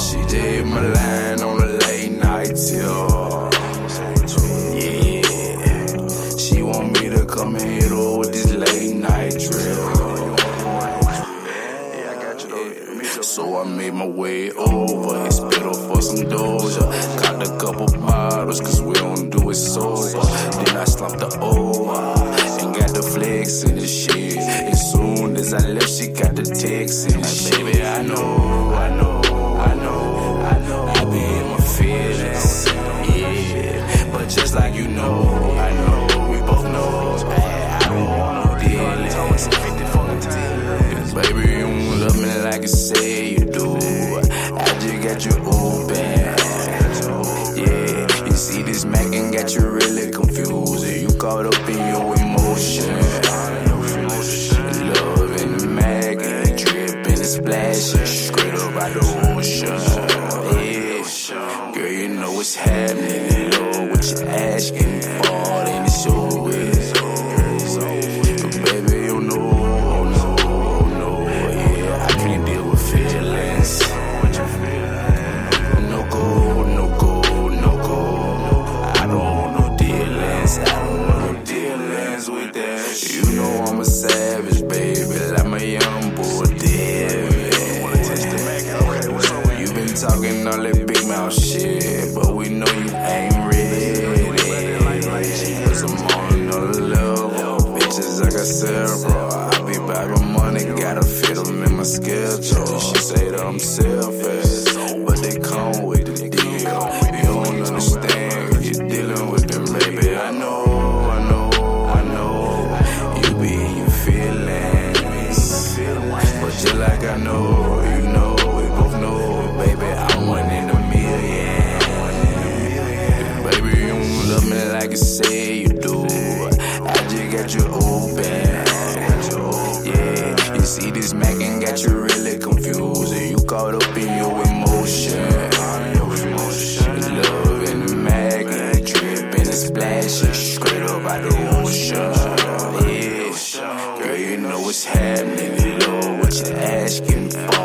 She did my line on a late night till Yeah She want me to come and hit her with this late night drill so I made my way over and spit off for some doja. Got a couple bottles, cause we don't do it sober. Then I slumped the over and got the flex in the shit. As soon as I left, she got the text in the shit. Baby, I know, I know, I know, I know. I be in my feelings, yeah. But just like you know, I know, we both know, I, I don't want no dealings. Baby, you don't love me like you say you do. I just got you open. Yeah, you see this Mac and got you really confused. You caught up in your emotion. Love in the Mac and it dripping and splashing straight up out the ocean. Yeah, girl, you know it's happening. Lord, what you asking for? And it's always, baby, you know, oh no, oh no, yeah, I can't deal with feelings. No go, no go, no go. I don't want no dealings. I don't want no dealings with that. You know I'm a savage, baby. Like my young boy did. You been talking all that big mouth shit, but we know you ain't ready. Cause I'm on another level. Bitches, I got several. I be back with money, gotta fit 'em in my schedule. She say that I'm selfish, but they come with the deal. You don't understand, you're dealing with them, baby. I know, I know, I know. You be in your feelings. But just like I know, you know, we both know, baby, I'm one in a million. Baby, you don't love me like you say you do. I just got you open. Yeah, you see this Mac and got you really confused. You caught up in your emotion. Love in the Mac and dripping and splashing straight up out the ocean. Yeah, girl, you know what's happening. You know what you're asking for. oh,